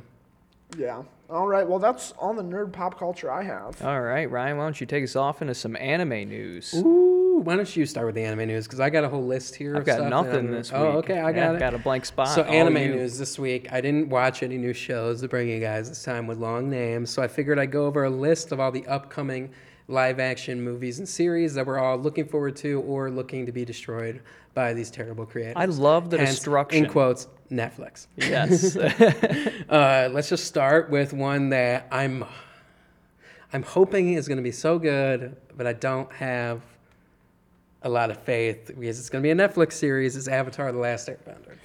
S3: yeah. All right, well that's all the nerd pop culture I have.
S1: All right, Ryan, why don't you take us off into some anime news?
S2: Ooh, why don't you start with the anime news? Because I got a whole list here.
S1: I've
S2: of
S1: got
S2: stuff that
S1: nothing
S2: I'm-
S1: this week.
S2: Oh, okay, I got
S1: I've
S2: it.
S1: got a blank spot.
S2: So
S1: All
S2: anime
S1: you.
S2: news this week. I didn't watch any new shows to bring you guys this time with long names, so I figured I'd go over a list of all the upcoming live action movies and series that we're all looking forward to or looking to be destroyed by these terrible creators.
S1: I love the
S2: Hence,
S1: destruction.
S2: In quotes, Netflix.
S1: Yes.
S2: Uh, let's just start with one that I'm I'm hoping is going to be so good, but I don't have a lot of faith because it's going to be a Netflix series. It's Avatar: The Last Airbender.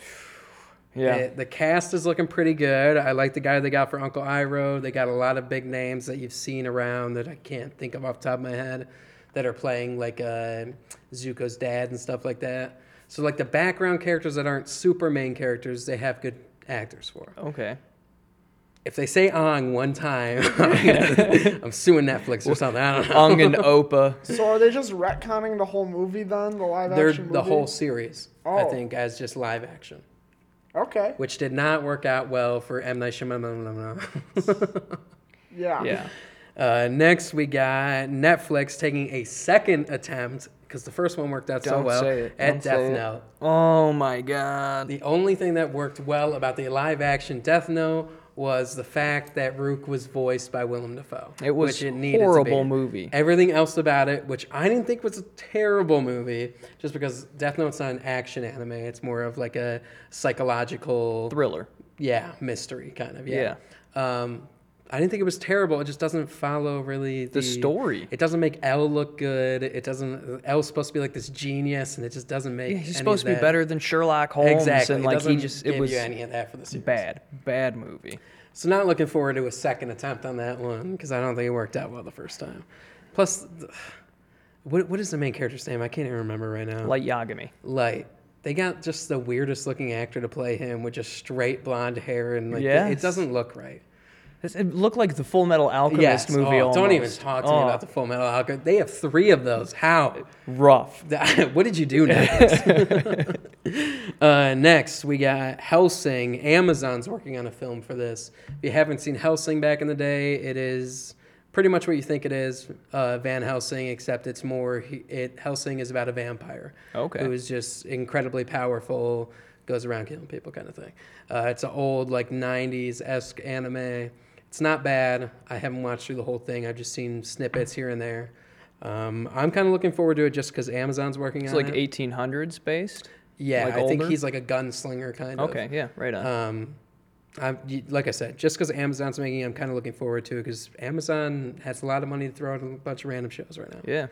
S1: yeah.
S2: The, the cast is looking pretty good. I like the guy they got for Uncle Iroh. They got a lot of big names that you've seen around that I can't think of off the top of my head that are playing like uh, Zuko's dad and stuff like that. So like the background characters that aren't super main characters, they have good actors for.
S1: Okay.
S2: If they say Ong one time, I'm suing Netflix or something. I don't know.
S1: Ung and Opa.
S3: So are they just retconning the whole movie then? The live
S2: They're
S3: action movie.
S2: the whole series, I
S3: Oh.
S2: think, as just live action.
S3: Okay.
S2: Which did not work out well for M. Night Shyamalan.
S3: Yeah.
S1: Yeah.
S2: Uh, next, we got Netflix taking a second attempt because the first one worked out so
S1: Don't
S2: well
S1: say it.
S2: at
S1: Don't say
S2: Death
S1: it.
S2: Note.
S1: Oh my god.
S2: The only thing that worked well about the live action Death Note was the fact that Rook was voiced by Willem Dafoe.
S1: It was
S2: which needed to
S1: horrible
S2: be.
S1: movie.
S2: Everything else about it, which I didn't think was a terrible movie, just because Death Note's not an action anime, it's more of like a psychological
S1: Thriller.
S2: yeah, mystery kind of. Yeah. Um, I didn't think it was terrible. It just doesn't follow really the,
S1: story.
S2: It doesn't make L look good. It doesn't. L's supposed to be like this genius, and it just doesn't make.
S1: Yeah, he's
S2: any
S1: supposed
S2: of
S1: to be
S2: that-
S1: better than Sherlock Holmes
S2: Exactly.
S1: and
S2: It
S1: like he
S2: doesn't
S1: just
S2: give
S1: it was
S2: you any of that for the series.
S1: bad. Bad movie.
S2: So not looking forward to a second attempt on that one because I don't think it worked out well the first time. Plus, th- what what is the main character's name? I can't even remember right now.
S1: Light Yagami.
S2: Light. They got just the weirdest looking actor to play him with just straight blonde hair and like it
S1: Yes.
S2: doesn't look right.
S1: This- It looked like the Full Metal Alchemist
S2: Yes.
S1: movie.
S2: Oh, don't even
S1: almost.
S2: talk to me
S1: Oh,
S2: about the Full Metal Alchemist. They have three of those. How?
S1: rough.
S2: what did you do next? uh, next, we got Helsing. Amazon's working on a film for this. If you haven't seen Helsing back in the day, it is pretty much what you think it is uh, Van Helsing, except it's more. he- It Helsing is about a vampire
S1: Okay.
S2: who is just incredibly powerful, goes around killing people, kind of thing. Uh, it's an old like '90s esque anime. It's not bad. I haven't watched through the whole thing. I've just seen snippets here and there. Um, I'm kind of looking forward to it just because Amazon's working
S1: It's
S2: on
S1: like
S2: it.
S1: 1800s based.
S2: yeah,
S1: like
S2: I think
S1: older?
S2: he's like a gunslinger kind of.
S1: Okay, yeah, right on.
S2: Um, I'm, y- like I said, just because Amazon's making, it, I'm kind of looking forward to it because Amazon has a lot of money to throw at a bunch of random shows right now,
S1: yeah.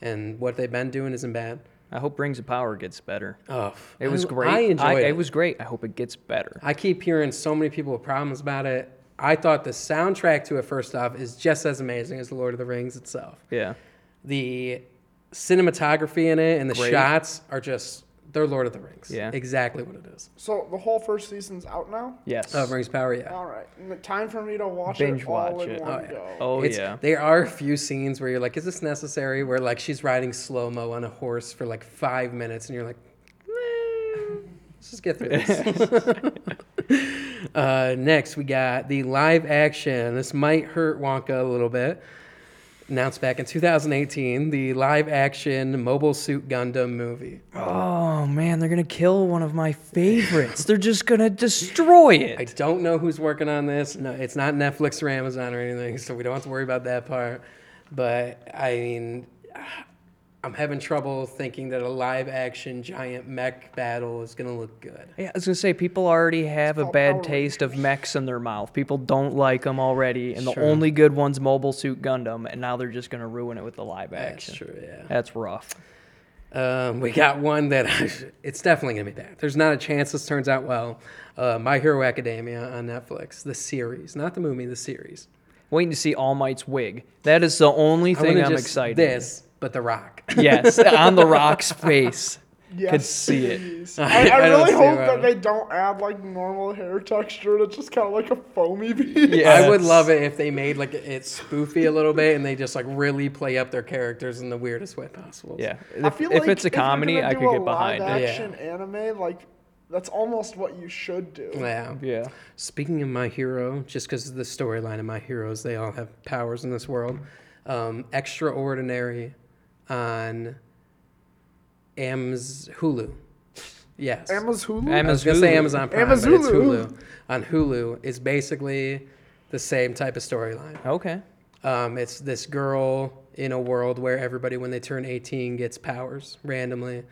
S2: and what they've been doing isn't bad.
S1: I hope Rings of Power gets better.
S2: Oh,
S1: It was
S2: I,
S1: great.
S2: I enjoyed it.
S1: it. was great. I hope it gets better.
S2: I keep hearing so many people with problems about it. I thought the soundtrack to it, first off, is just as amazing as The Lord of the Rings itself.
S1: Yeah.
S2: The cinematography in it and the
S1: Great.
S2: shots are just, they're Lord of the Rings.
S1: Yeah.
S2: Exactly what it is.
S3: So the whole first season's out now.
S1: Yes.
S2: Of Rings Power, yeah.
S3: All right, N- time for me to watch
S1: Binge
S3: it all
S1: watch
S3: in
S1: it.
S3: one
S2: Oh, yeah.
S3: go.
S1: oh
S2: It's-
S1: yeah.
S2: There are a few scenes where you're like, is this necessary? Where like she's riding slow mo on a horse for like five minutes and you're like, "Meh, let's just get through this. uh, next, we got the live action. This might hurt Wonka a little bit. announced back in 2018 the live action Mobile Suit Gundam movie.
S1: Oh man, they're gonna kill one of my favorites. they're just gonna destroy
S2: I
S1: it.
S2: don't know who's working on this. No, it's not Netflix or Amazon or anything, so we don't have to worry about that part. But I mean, I'm having trouble thinking that a live action giant mech battle is going to look good.
S1: yeah, I was gonna say people already have a
S3: called
S1: bad
S3: Power
S1: taste of mechs in their mouth. People don't like them already, and the
S2: Sure.
S1: only good one's Mobile Suit Gundam, and now they're just gonna ruin it with the live
S2: That's
S1: action.
S2: true, yeah.
S1: That's rough.
S2: Um, we got one that I, it's definitely gonna be bad. There's not a chance this turns out well. Uh, My Hero Academia on Netflix, the series, not the movie, the series.
S1: Waiting to see All Might's wig. That is the only
S2: I
S1: thing
S2: wanna
S1: I'm
S2: just-
S1: excited.
S2: This, but The Rock.
S1: Yes, on the Rock's face. Could see it.
S3: please. I, I
S2: I don't
S3: really
S2: see
S3: hope
S2: why
S3: that
S2: not.
S3: they don't add like normal hair texture. That's just kind of like a foamy piece.
S1: Yeah.
S2: I would
S1: Yes.
S2: love it if they made like it spoofy a little bit and they just like really play up their characters in the weirdest way possible.
S1: Yeah.
S3: I
S1: If,
S3: feel
S1: if
S3: like
S1: it's a
S3: you're
S1: comedy,
S3: gonna
S1: I
S3: do
S1: could
S3: a
S1: get behind it.
S3: live
S2: Yeah.
S3: Action anime, like that's almost what you should do.
S2: Yeah.
S1: Yeah.
S2: Speaking of My Hero, just because of the storyline of My Heroes, they all have powers in this world. Um, Extraordinary on Amz Hulu. Yes.
S3: Emma's Hulu.
S1: Am-
S2: I was gonna say Amazon Prime, but it's
S3: Amazulu.
S2: Hulu. On Hulu is basically the same type of storyline.
S1: Okay.
S2: Um, it's this girl in a world where everybody, when they turn 18, gets powers randomly,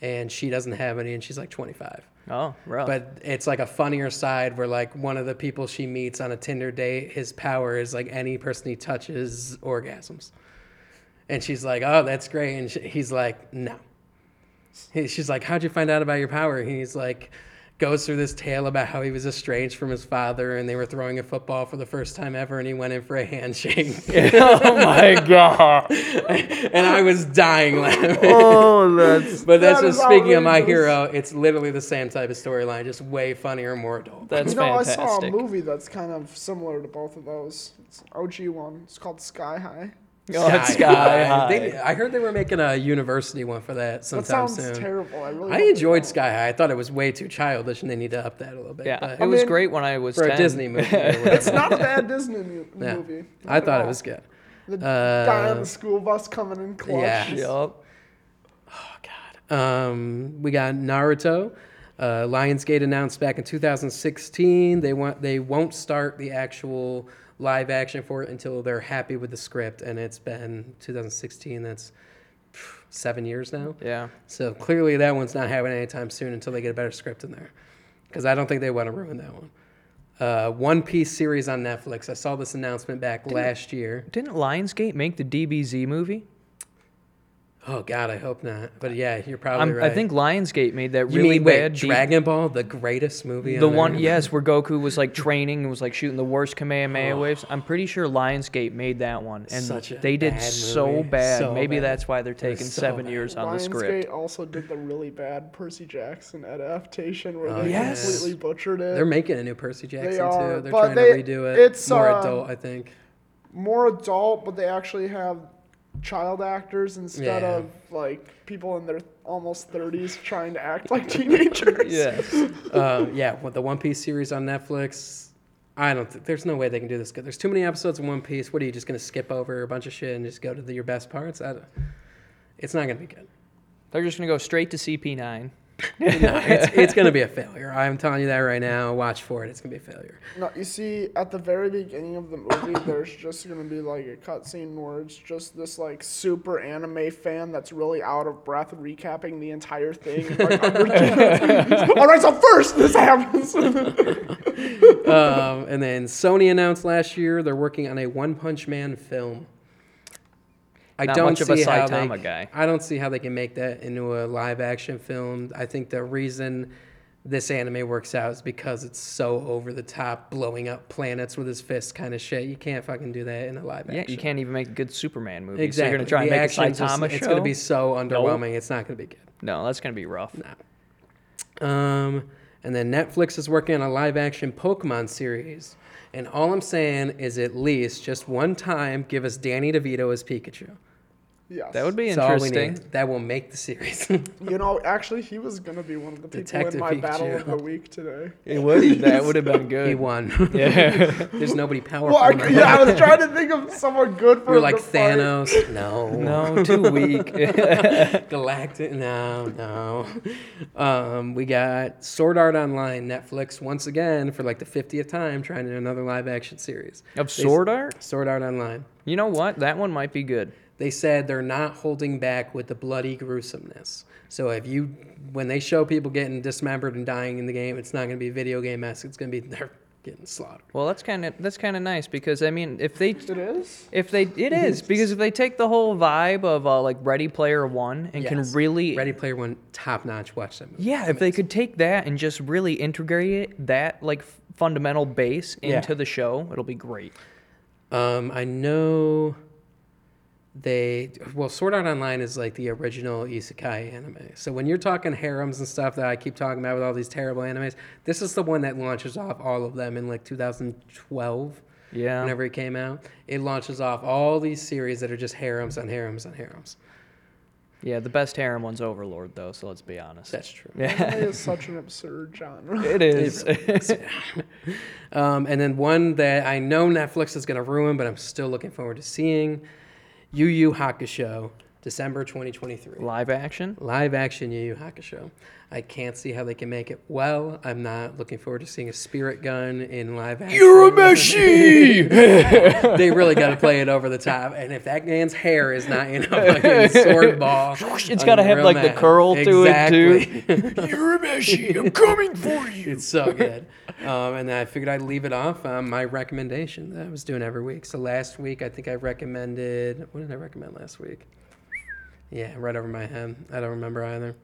S2: and she doesn't have any, and she's like 25.
S1: Oh, rough.
S2: But it's like a funnier side where like one of the people she meets on a Tinder date, his power is like any person he touches orgasms. And she's like, "Oh, that's great." And sh he's like, "No." He- She's like, "How'd you find out about your power?" And he's like, goes through this tale about how he was estranged from his father, and they were throwing a football for the first time ever, and he went in for a handshake.
S1: oh my god.
S2: and I was dying laughing.
S1: Oh, that's
S2: But that's
S3: That
S2: just
S3: is
S2: speaking of my
S3: outrageous.
S2: hero. It's literally the same type of storyline, just way funnier, more adult.
S1: that's
S3: you know,
S1: fantastic.
S3: I saw a movie that's kind of similar to both of those. It's an OG one. It's called Sky High.
S1: Oh, it's Sky High.
S2: They- I heard they were making a university one for that
S3: That
S2: sometime
S3: sounds
S2: soon.
S3: terrible. I really.
S2: I
S3: hope they
S2: enjoyed
S3: don't.
S2: Sky High. I thought it was way too childish, and they need to up that a little bit.
S1: yeah,
S2: but
S1: it was
S3: mean,
S1: great when I was
S2: for
S1: 10.
S2: a Disney movie, or whatever.
S3: It's not a bad Disney mu-
S2: Yeah.
S3: movie.
S2: I
S3: Not at
S2: thought
S3: all.
S2: it was good.
S3: The
S2: Uh,
S3: guy on the school bus coming in clutch.
S2: yeah.
S3: is-
S1: Yup.
S2: Oh God. Um, we got Naruto. Uh, Lionsgate announced back in 2016 they want they won't start the actual live action for it until they're happy with the script, and it's been 2016. That's pff, seven years now.
S1: Yeah.
S2: So clearly that one's not happening anytime soon until they get a better script in there, because I don't think they want to ruin that one. Uh, One Piece series on Netflix. I saw this announcement back last year.
S1: Didn't Lionsgate make the DBZ movie?
S2: Oh God, I hope not. But yeah, you're probably
S1: I'm,
S2: right.
S1: I think Lionsgate made that
S2: You
S1: really
S2: mean,
S1: bad
S2: wait,
S1: D-
S2: Dragon Ball, the greatest movie.
S1: the
S2: on
S1: one
S2: earth?
S1: yes, where Goku was like training and was like shooting the worst Kamehameha waves. I'm pretty sure Lionsgate made that one, and
S2: Oh. Such a
S1: they did
S2: bad
S1: so
S2: movie.
S1: bad.
S2: So
S1: Maybe
S2: bad.
S1: that's why they're
S2: It was
S1: taking
S2: so
S1: seven
S2: bad.
S1: years on the script.
S3: Lionsgate also did the really bad Percy Jackson adaptation where they
S1: yes.
S3: completely butchered it.
S2: Oh, They're making a new Percy Jackson
S3: are,
S2: too. They're
S3: but
S2: trying to
S3: they-
S2: redo it.
S3: it's,
S2: more
S3: uh,
S2: adult, I think.
S3: More adult, but they actually have child actors instead
S2: Yeah.
S3: of like people in their almost 30s trying to act like teenagers.
S1: Yes.
S2: uh, yeah, with the One Piece series on Netflix. I don't. think There's no way they can do this good. There's too many episodes in One Piece. What are you just gonna skip over a bunch of shit and just go to the, your best parts? I don't, it's not gonna be good.
S1: They're just gonna go straight to CP9.
S2: No, it's, it's gonna be a failure. I'm telling you that right now. Watch for it. It's gonna be a failure.
S3: No, you see, at the very beginning of the movie, there's just gonna be like a cutscene where it's just this like super anime fan that's really out of breath recapping the entire thing. in, Like, under- All right, so first this happens.
S2: um, and then Sony announced last year they're working on a One Punch Man film. I
S1: Not
S2: don't
S1: much of a
S2: see how they-
S1: Saitama guy.
S2: I don't see how they can make that into a live action film. I think the reason this anime works out is because it's so over the top, blowing up planets with his fist kind of shit. You can't fucking do that in a live action.
S1: Yeah, you can't even make a good Superman movie. So
S2: Exactly.
S1: you're gonna try and
S2: The
S1: make a
S2: action's just-
S1: Saitama show.
S2: It's gonna be so underwhelming. It's not gonna be good.
S1: no, that's gonna be rough.
S2: Um, and then Netflix is working on a live action Pokemon series. And all I'm saying is, at least just one time, give us Danny DeVito as Pikachu.
S3: Yes.
S1: That would be
S2: That's all we
S1: interesting.
S2: need. That will make the series.
S3: You know, actually, he was gonna be one of the people
S2: Detective
S3: in my
S2: Pikachu.
S3: battle of the week today.
S1: It would. That would have been good.
S2: he won.
S1: Yeah.
S2: There's nobody powerful.
S3: Well, I,
S2: enough.
S3: yeah, I was trying to think of someone good for
S2: We're
S3: him
S2: like
S3: to fight.
S2: Thanos. No.
S1: no, too weak.
S2: Galactic. No, no. Um, we got Sword Art Online, Netflix, once again, for like the 50th time, trying to do another live action series.
S1: of sword art?
S2: Sword Art Online.
S1: You know what? That one might be good.
S2: They said they're not holding back with the bloody gruesomeness. So if you, when they show people getting dismembered and dying in the game, it's not going to be video game esque. It's going to be they're getting slaughtered.
S1: Well, that's kind of that's kind of nice because I mean, if they
S3: It is.
S1: if they it is because if they take the whole vibe of uh, like Ready Player One and can
S2: Yes.
S1: really
S2: Ready Player One, top notch. Watch that movie.
S1: Yeah, if they could take that and just really integrate it, that like f- fundamental base
S2: Yeah.
S1: into the show, it'll be great.
S2: Um, I know they well, Sword Art Online is like the original isekai anime. So when you're talking harems and stuff that I keep talking about with all these terrible animes, this is the one that launches off all of them in like 2012.
S1: Yeah.
S2: Whenever it came out, it launches off all these series that are just harems on harems on harems.
S1: Yeah, the best harem one's Overlord though, so let's be honest.
S2: That's true.
S3: Anime is such an absurd genre.
S1: It is.
S2: Um, and then one that I know Netflix is going to ruin, but I'm still looking forward to seeing Yu Yu Hakusho, December 2023.
S1: Live action?
S2: live action Yu Yu Hakusho. I can't see how they can make it well. I'm not looking forward to seeing a spirit gun in live action. they really got to play it over the top. And if that man's hair is not in a fucking sword ball,
S1: It's gotta
S2: I'm
S1: have,
S2: real
S1: like, the
S2: mad.
S1: curl to it, too.
S2: Exactly.
S3: You're a machine. I'm coming for you.
S2: it's so good. Um, and I figured I'd leave it off on my recommendation that I was doing every week. So last week, I think I recommended. What did I recommend last week? Yeah, right over my head. I don't remember either.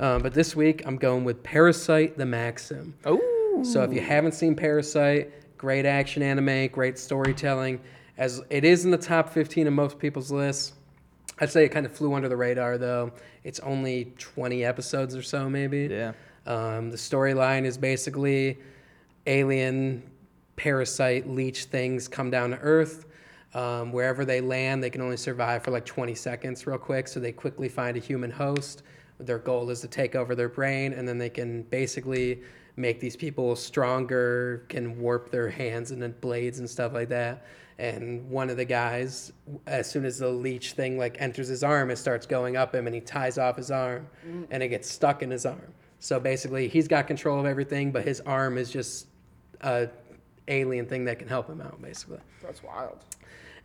S2: Um, but this week, I'm going with Parasite the Maxim.
S1: Oh.
S2: So if you haven't seen Parasite, great action anime, great storytelling. As it is in the top 15 of most people's lists. I'd say it kind of flew under the radar though. It's only 20 episodes or so maybe.
S1: Yeah.
S2: Um, the storyline is basically alien parasite leech things come down to Earth. Um, wherever they land, they can only survive for like 20 seconds, real quick. So they quickly find a human host. Their goal is to take over their brain, and then they can basically make these people stronger, can warp their hands and then blades and stuff like that. And one of the guys, as soon as the leech thing like enters his arm, it starts going up him, and he ties off his arm, and it gets stuck in his arm. So basically, he's got control of everything, but his arm is just a alien thing that can help him out, basically.
S3: That's wild.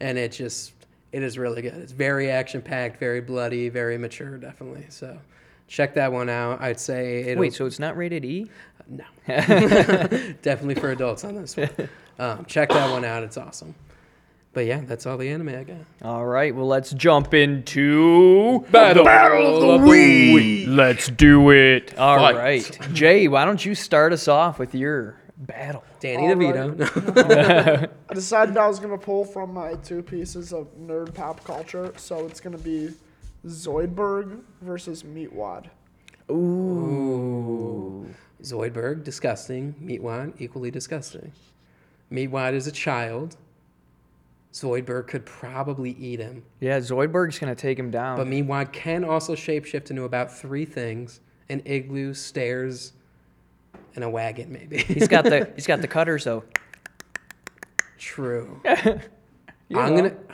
S2: And it just it is really good. It's very action packed, very bloody, very mature, definitely. So check that one out. I'd say it'll
S1: Wait, so it's not rated E?
S2: no, definitely for adults on this one. Um, check that one out. It's awesome. But yeah, that's all the anime I got.
S1: All right, well, let's jump into
S2: Battle, of the
S1: Let's do it. All right,
S2: Fight.
S1: Jay, why don't you start us off with your battle?
S2: Danny DeVito.
S3: I decided I was gonna pull from my two pieces of nerd pop culture, so it's gonna be Zoidberg versus Meatwad.
S2: Zoidberg, disgusting. Meatwad, equally disgusting. Meatwad is a child. Zoidberg could probably eat him.
S1: Yeah, Zoidberg's going to take him down.
S2: But Meatwad can also shapeshift into about three things an igloo, stairs, and a wagon, maybe.
S1: he's got the he's got the cutters though.
S2: True. I'm gonna.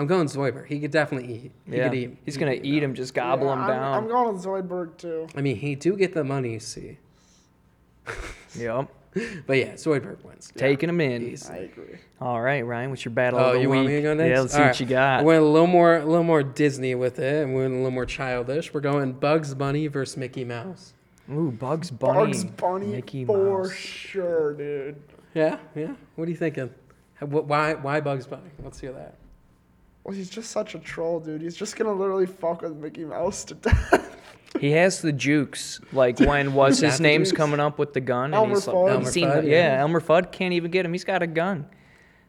S2: I'm going Zoidberg. He could definitely eat. He
S1: yeah.
S2: could eat.
S1: He's going to eat him, just gobble
S3: Yeah,
S1: him
S3: I'm,
S1: down.
S3: I'm going with Zoidberg too.
S2: I mean, he do get the money, you see.
S1: Yep.
S2: But yeah, Zoidberg wins.
S1: Taking him in.
S2: He's-
S3: I agree.
S1: All right, Ryan, what's your battle
S2: Oh,
S1: of the
S2: you
S1: week?
S2: want me to go next?
S1: Yeah, let's see
S2: All
S1: what
S2: right.
S1: you got.
S2: I went a little more, a little more Disney with it, and went a little more childish. We're going Bugs Bunny versus Mickey Mouse.
S1: Ooh, Bugs Bunny.
S3: Bugs Bunny
S1: Mickey
S3: for
S1: Mouse.
S3: sure, dude.
S2: Yeah, yeah. What are you thinking? How- wh- Why, why Bugs Bunny? Let's hear that.
S3: Well, he's just such a troll, dude. He's just gonna literally fuck with Mickey Mouse to death.
S1: He has the jukes. Like when was
S2: Not
S1: his
S2: the
S1: name's
S2: jukes.
S1: coming up with the gun?
S3: Elmer
S1: and he's like,
S3: Fudd.
S1: "I've
S2: Elmer
S1: seen
S2: Fudd,
S1: the-"
S2: yeah.
S1: yeah, Elmer Fudd can't even get him. He's got a gun.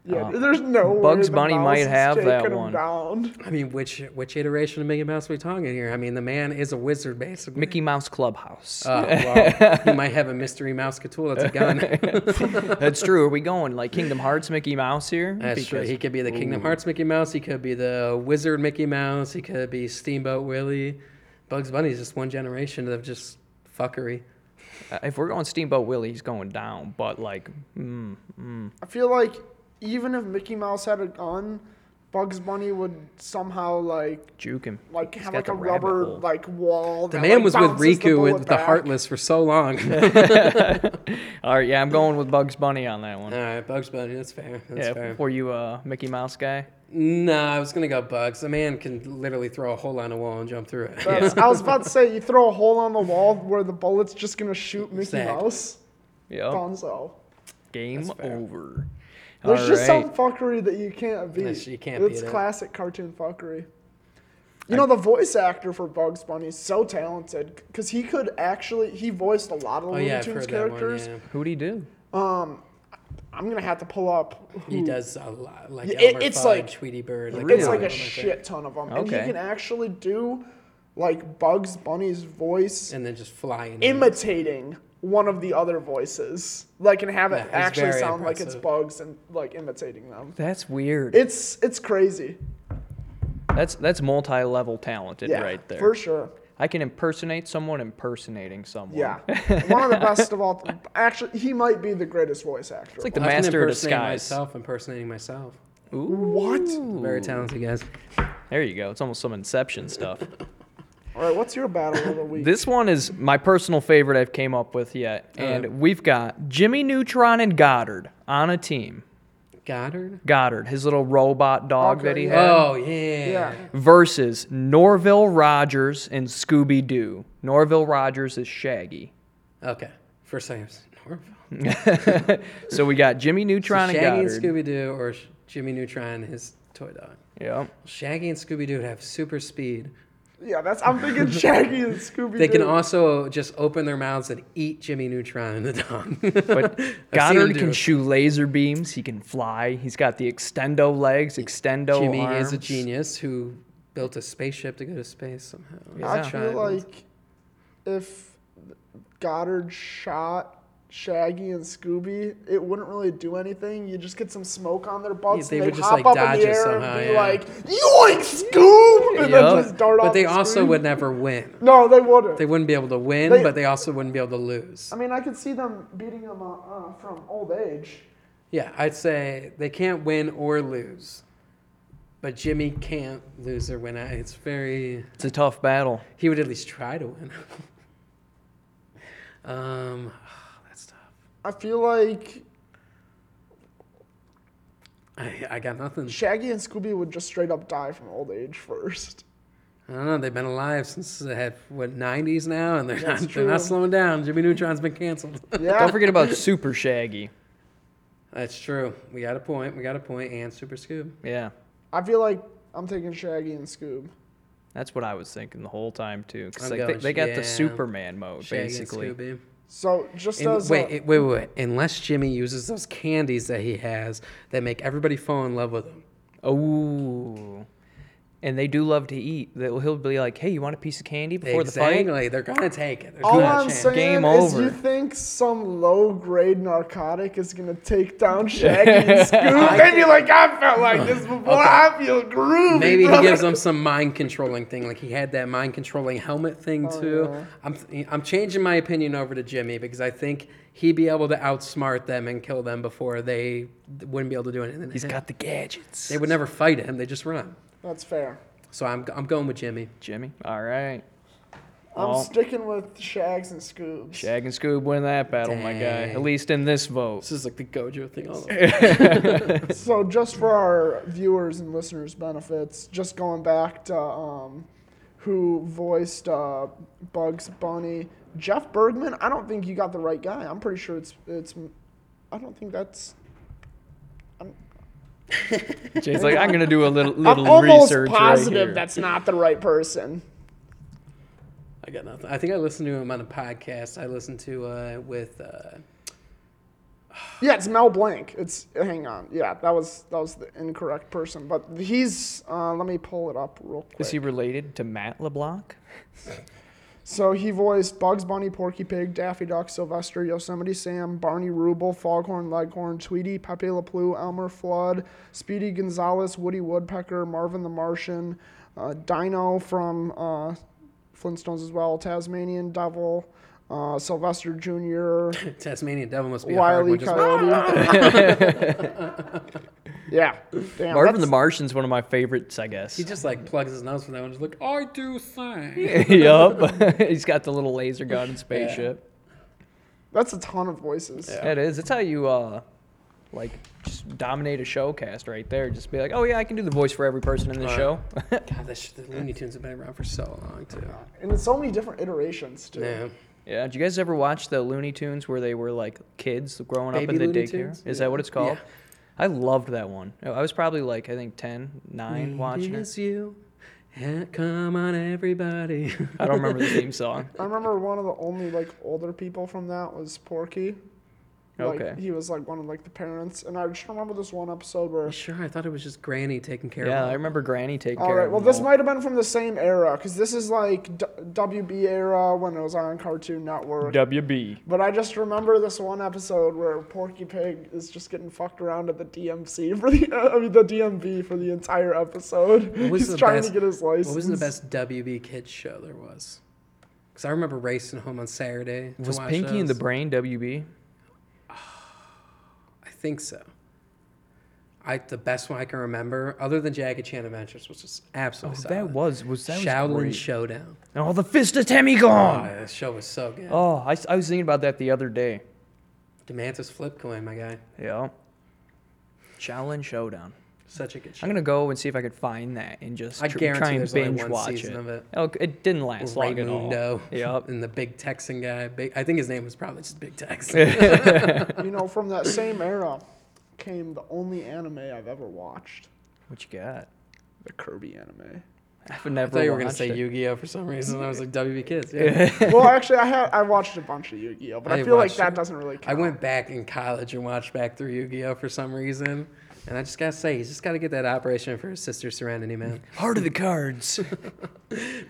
S3: Yeah, there's no way
S1: Bugs
S3: the
S1: Bunny
S3: mouse
S1: might
S3: is
S1: have that
S3: taking 'em
S1: one.
S3: down.
S2: I mean, which which iteration of Mickey Mouse are we talking here? I mean, the man is a wizard, basically.
S1: Mickey Mouse Clubhouse.
S2: Oh, wow. you might have a mystery mouse Cthulhu. It's a gun.
S1: That's true. Are we going like Kingdom Hearts Mickey Mouse here?
S2: That's true. He could be the Kingdom Hearts Mickey Mouse. He could be the Wizard Mickey Mouse. He could be Steamboat Willie. Bugs Bunny is just one generation of just fuckery.
S1: If we're going Steamboat Willie, he's going down. But like, mm, mm.
S3: I feel like even if Mickey Mouse had a gun, Bugs Bunny would somehow like
S1: juke him.
S3: like
S1: He's
S3: have
S1: got
S3: like
S1: the
S3: a
S1: rabbit
S3: rubber
S1: hole.
S3: like wall.
S2: The
S3: that,
S2: man
S3: like,
S2: was with
S3: bounces
S2: Riku
S3: bullet
S2: with the
S3: back.
S2: Heartless for so long.
S1: All right, yeah, I'm going with Bugs Bunny on that one.
S2: All right, Bugs Bunny. That's fair. That's
S1: yeah,
S2: fair.
S1: were you a Mickey Mouse guy?
S2: No, I was gonna go Bugs. The man can literally throw a hole on a wall and jump through it.
S3: That's- I was about to say you throw a hole on the wall where the bullet's just gonna shoot Mickey
S2: Zach.
S3: Mouse.
S2: Oh.
S1: Yeah.
S3: Gonzo.
S1: Game
S2: fair.
S1: over.
S3: There's
S1: All
S3: just
S1: right.
S3: some fuckery that you can't beat.
S2: Yes, you can't
S3: it's
S2: beat it.
S3: classic cartoon fuckery. You know the voice actor for Bugs Bunny is so talented because he could actually he voiced a lot of
S2: Oh
S3: Looney
S2: yeah, I've
S3: Tunes
S2: heard that one.
S3: characters.
S2: Yeah.
S1: Who'd he do?
S3: I'm gonna have to pull up.
S2: He does a lot, like
S3: Yeah, it-
S2: Elmer
S3: it's
S2: Fudd,
S3: like-
S2: Tweety Bird.
S3: It's
S2: all
S3: like
S2: of them,
S3: a
S2: I think.
S3: shit ton of them, and he
S1: Okay.
S3: can actually do like Bugs Bunny's voice
S2: And then just flying.
S3: imitating one of the other voices, like and have
S2: Yeah,
S3: it
S2: it's
S3: actually
S2: very
S3: sound like it's
S2: impressive.
S3: Bugs and like imitating them.
S1: That's weird.
S3: It's it's crazy.
S1: that's that's multi-level talented
S3: Yeah,
S1: right there.
S3: for sure.
S1: I can impersonate someone impersonating someone.
S3: Yeah, one of the best of all. Actually, he might be the greatest voice actor.
S1: It's like the
S2: I can
S1: master of
S2: impersonate
S1: disguise.
S2: Myself impersonating myself.
S3: What?
S1: Ooh.
S2: Very talented guys.
S1: There you go. It's almost some Inception stuff.
S3: all right, what's your battle of the week?
S1: This one is my personal favorite I've came up with yet, and we've got Jimmy Neutron and Goddard on a team.
S2: Goddard.
S1: Goddard, his little robot dog
S3: Okay,
S1: that he
S3: yeah.
S1: had,
S2: Oh yeah.
S3: yeah,
S1: versus Norville Rogers and Scooby Doo. Norville Rogers is Shaggy.
S2: Okay. First thing I was Norville.
S1: So we got Jimmy Neutron and
S2: Shaggy and
S1: Goddard.
S2: Scooby Doo or Sh- Jimmy Neutron, his toy dog.
S1: Yep.
S2: Shaggy and Scooby Doo have super speed.
S3: yeah. That's I'm thinking Shaggy and Scooby.
S2: They
S1: Mm-hmm.
S2: can also just open their mouths and eat Jimmy Neutron in the dog.
S1: But Goddard can shoot laser beams. He can fly. He's got the extendo legs, extendo
S2: Jimmy
S1: arms.
S2: is a genius who built a spaceship to go to space somehow.
S3: I
S2: He's a
S3: feel
S2: child.
S3: like if Goddard shot Shaggy and Scooby, it wouldn't really do anything. You just get some smoke on their butts,
S2: they
S3: and
S2: would
S3: they'd
S2: just,
S3: hop
S2: like,
S3: up
S2: dodge it
S3: in the air
S2: somehow,
S3: and be
S2: yeah.
S3: like, "Yoink, Scoob!" and
S1: Yup.
S3: then just dart
S2: but
S3: off
S2: they
S3: the
S2: also
S3: screen.
S2: would never win.
S3: No, they wouldn't.
S2: They wouldn't be able to win,
S3: They-
S2: but they also wouldn't be able to lose.
S3: I mean, I could see them beating them uh, uh, from old age.
S2: Yeah, I'd say they can't win or lose. But Jimmy can't lose or win. I- It's very.
S1: It's a tough battle.
S2: He would at least try to win. um, that's tough.
S3: I feel like
S2: I, I got nothing.
S3: Shaggy and Scooby would just straight up die from old age first.
S2: I don't know. They've been alive since the heck, what nineties now, and they're
S3: That's
S2: not, they're not
S3: true.
S2: slowing down. Jimmy Neutron's been canceled.
S1: Don't
S3: Yeah.
S1: forget about Super Shaggy.
S2: That's true. We got a point. We got a point, and Super Scoob.
S1: Yeah.
S3: I feel like I'm taking Shaggy and Scoob.
S1: That's what I was thinking the whole time too, because
S2: I'm
S1: like they,
S2: going
S1: they got
S2: yeah.
S1: the Superman mode
S2: Shaggy
S1: basically.
S2: and Scooby.
S3: So just
S2: And
S3: as a-
S2: wait, it- wait, wait, wait. Unless Jimmy uses those candies that he has that make everybody fall in love with him.
S1: Oh, and they do love to eat. They'll he'll be like, "Hey, you want a piece of candy before
S2: exactly.
S1: the fight?"
S2: They're gonna take it. There's
S3: all
S2: no
S3: I'm
S2: chance.
S3: saying
S1: Game
S3: is,
S1: over.
S3: you think some low grade narcotic is gonna take down Shaggy and Scoob? They'd be like, I felt like this before. I feel groovy.
S2: Maybe he
S3: brother."
S2: gives them some mind controlling thing. Like he had that mind controlling helmet thing too.
S3: Oh, yeah.
S2: I'm I'm changing my opinion over to Jimmy because I think he'd be able to outsmart them and kill them before they wouldn't be able to do anything.
S1: He's got the gadgets.
S2: they would never fight him. They just run.
S3: That's fair.
S2: So I'm I'm going with Jimmy.
S1: Jimmy. All right,
S3: I'm
S1: Well-
S3: sticking with Shags and Scoobs.
S1: Shag and Scoob win that battle, my guy. At
S2: Dang.
S1: least in this vote.
S2: This is like the Gojo thing. Oh, All
S3: So just for our viewers and listeners' benefits, just going back to um, who voiced uh, Bugs Bunny, Jeff Bergman. I don't think you got the right guy. I'm pretty sure it's it's. I don't think that's.
S1: Jay's like, "I'm gonna do a little little
S3: I'm almost
S1: research right
S3: positive
S1: here."
S3: that's not the right person.
S2: I got nothing. I think I listened to him on a podcast. I listened to uh, with uh,
S3: Yeah, it's Mel Blanc. It's hang on. Yeah, that was that was the incorrect person, but he's. Uh, let me pull it up real quick.
S1: Is he related to Matt LeBlanc?
S3: So he voiced Bugs Bunny, Porky Pig, Daffy Duck, Sylvester, Yosemite Sam, Barney Rubel, Foghorn Leghorn, Tweety, Pepe Le Pew, Elmer Fudd, Speedy Gonzalez, Woody Woodpecker, Marvin the Martian, uh, Dino from uh, Flintstones as well, Tasmanian Devil, uh, Sylvester Jr.,
S2: Tasmanian devil must be a hard one.
S3: Wiley
S2: Just
S3: Coyote. yeah, damn.
S1: Marvin the
S3: that's-
S1: Martian's one of my favorites, I guess.
S2: he just like plugs his nose for that one. Just like I do think.
S1: yep. He's got the little laser gun and spaceship.
S3: that's a ton of voices.
S1: That is. That's how you uh like just dominate a show cast right there. Just be like, "Oh yeah, I can do the voice for every person in the
S2: Right.
S1: show."
S2: God, that shit, the Looney Tunes have been around for so long too.
S3: And it's so many different iterations too.
S2: Yeah.
S1: yeah, did you guys ever watch the Looney Tunes where they were like kids growing up
S2: Baby
S1: in the
S2: Looney
S1: daycare?
S2: Tunes?
S1: Is that what it's
S2: Yeah.
S1: called? I loved that one. Oh, I was probably like I think 10, 9 watching it.
S2: It's you. Yeah, Come on, everybody.
S1: I don't remember the theme song.
S3: I remember one of the only like older people from that was Porky. Like,
S1: Okay.
S3: He was like one of like the parents, and I just remember this one episode where.
S2: sure, I thought it was just Granny taking care
S1: Yeah,
S2: of.
S1: I
S2: him.
S1: remember Granny taking
S3: All
S1: care
S3: right.
S1: of
S3: Well,
S1: them
S3: this
S1: all.
S3: might have been from the same era because this is like D- WB era when it was on Cartoon Network.
S1: WB.
S3: but I just remember this one episode where Porky Pig is just getting fucked around at the DMC for the uh, I mean the DMV for the entire episode.
S2: What was
S3: He's
S2: the
S3: trying
S2: best-
S3: to get his license.
S2: What was the best WB kids show there was? Because I remember racing home on Saturday. to
S1: Was
S2: watch
S1: Pinky and the
S2: those.
S1: Brain WB?
S2: I think so. I the best one I can remember, other than Jackie Chan Adventures, was just absolutely.
S1: Oh, that
S2: solid.
S1: was was that
S2: Shaolin
S1: was great.
S2: Showdown.
S1: And all the fist of Temmie
S2: Oh,
S1: gone.
S2: that show was so good.
S1: Oh, I, s- I was thinking about that the other day.
S2: Demantis flip coin, my guy.
S1: Yeah. Shaolin Showdown.
S2: Such a good show.
S1: I'm gonna go and see if I could find that and just
S2: I
S1: tr-
S2: guarantee
S1: try and
S2: there's only
S1: binge
S2: one
S1: watch
S2: season
S1: it.
S2: of it.
S1: Oh, it didn't last long at all.
S2: Raimundo
S1: Yep.
S2: and the big Texan guy. Big, I think his name was probably just Big Texan.
S3: You know, from that same era came the only anime I've ever watched,
S1: What you got?
S3: the Kirby anime.
S1: I've
S2: I
S1: never.
S2: thought you were gonna
S1: watched
S2: say
S1: it.
S2: Yu-Gi-Oh for some reason. I was like WB Kids. Yeah.
S3: well, actually, I had I watched a bunch of Yu-Gi-Oh, but I,
S2: I
S3: feel like
S2: watched
S3: that
S2: it.
S3: doesn't really. Count.
S2: I went back in college and watched back through Yu-Gi-Oh for some reason, and I just gotta say, he's just gotta get that operation for his sister Serenity, man.
S1: Heart of the Cards.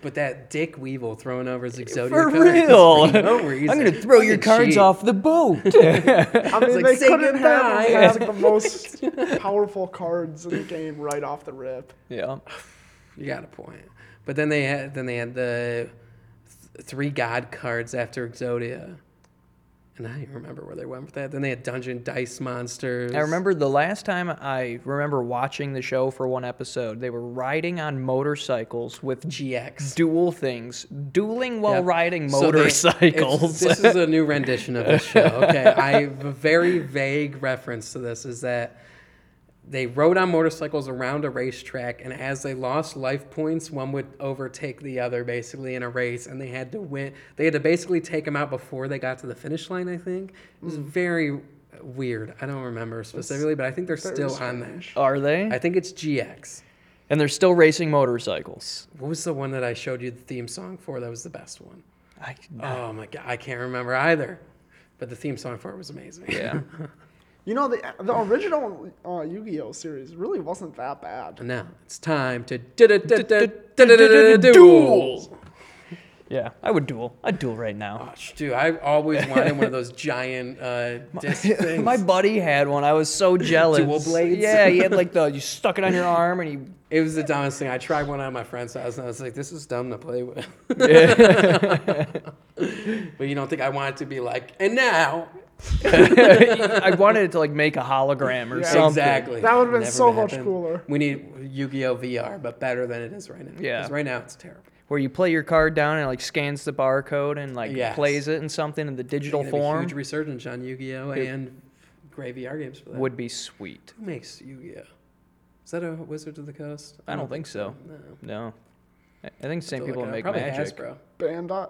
S2: But that Dick Weevil throwing over his Exodia
S1: For
S2: cards
S1: real.
S2: for no
S1: I'm
S2: reason.
S1: gonna throw your
S2: Fucking
S1: cards
S2: cheat.
S1: off the boat.
S3: I mean,
S2: like,
S3: they
S2: say
S3: couldn't
S2: goodbye.
S3: have had the most powerful cards in the game right off the rip.
S1: yeah.
S2: You got a point. But then they had then they had the th- three god cards after Exodia. And I don't even remember where they went with that. Then they had dungeon dice monsters.
S1: I remember the last time I remember watching the show for one episode. They were riding on motorcycles with
S2: GX.
S1: dual things, dueling while
S2: Yep.
S1: riding
S2: So they- it's-
S1: motorcycles.
S2: this is a new rendition of the show. Okay, I have a very vague reference to this. Is that they rode on motorcycles around a racetrack, and as they lost life points, one would overtake the other basically in a race, and they had to win. They had to basically take them out before they got to the finish line. I think it
S1: Hmm.
S2: was very weird. I don't remember specifically, but I think they're still on that.
S1: Are they?
S2: I think it's GX.
S1: and they're still racing motorcycles.
S2: What was the one that I showed you the theme song for? That was the best one.
S1: I,
S2: Oh my god, I can't remember either. But the theme song for it was amazing.
S1: yeah.
S3: You know, the the original uh, Yu-Gi-Oh series really wasn't that bad.
S2: and now it's time to duel.
S1: Duel. yeah. I would duel. I'd duel right now.
S2: Gosh, dude, I always wanted one of those giant uh, disc things.
S1: My buddy had one. I was so jealous.
S2: Dual blades?
S1: Yeah, he had like the you stuck it on your arm and you
S2: it was the dumbest thing. I tried one on my friend's house, and I was like, "This is dumb to play with." but you don't think I want it to be like, and now
S1: I wanted it to like make a hologram or
S3: Yeah.
S1: something.
S2: exactly.
S3: That would've been
S2: Never
S3: so much
S2: happened.
S3: cooler.
S2: We need Yu-Gi-Oh VR, but better than it is right now.
S1: Yeah.
S2: 'Cause right now it's terrible.
S1: Where you play your card down and it, like scans the barcode and like
S2: Yes.
S1: plays it in something in the digital
S2: Gonna be
S1: form
S2: Huge resurgence on Yu-Gi-Oh and Gray VR games for that.
S1: would be sweet.
S2: Who makes Yu-Gi-Oh? Is that a Wizards of the Coast?
S1: I don't think so.
S2: No.
S1: No. I I think same
S2: They're
S1: people
S2: like, uh,
S1: make
S2: probably
S1: magic.
S2: Hasbro
S3: Bandai,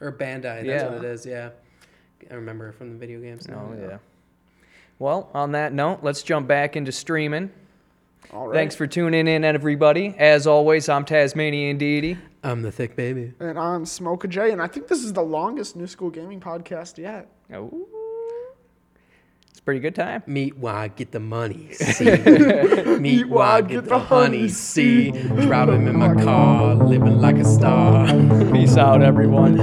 S2: or Bandai. That's
S1: Yeah.
S2: what it is. Yeah, I remember from the video games. now,
S1: Oh yeah. Well, on that note, let's jump back into streaming.
S3: all right.
S1: Thanks for tuning in, everybody. As always, I'm Tasmanian Deity.
S2: I'm the thick baby.
S3: And I'm Smoke J, and I think this is the longest New School Gaming podcast yet.
S1: Oh. It's a pretty good time.
S2: Meet Wad, get the money. See, meet Wad, get the honey. See, drive him in my car, living like a star.
S1: Peace out, everyone.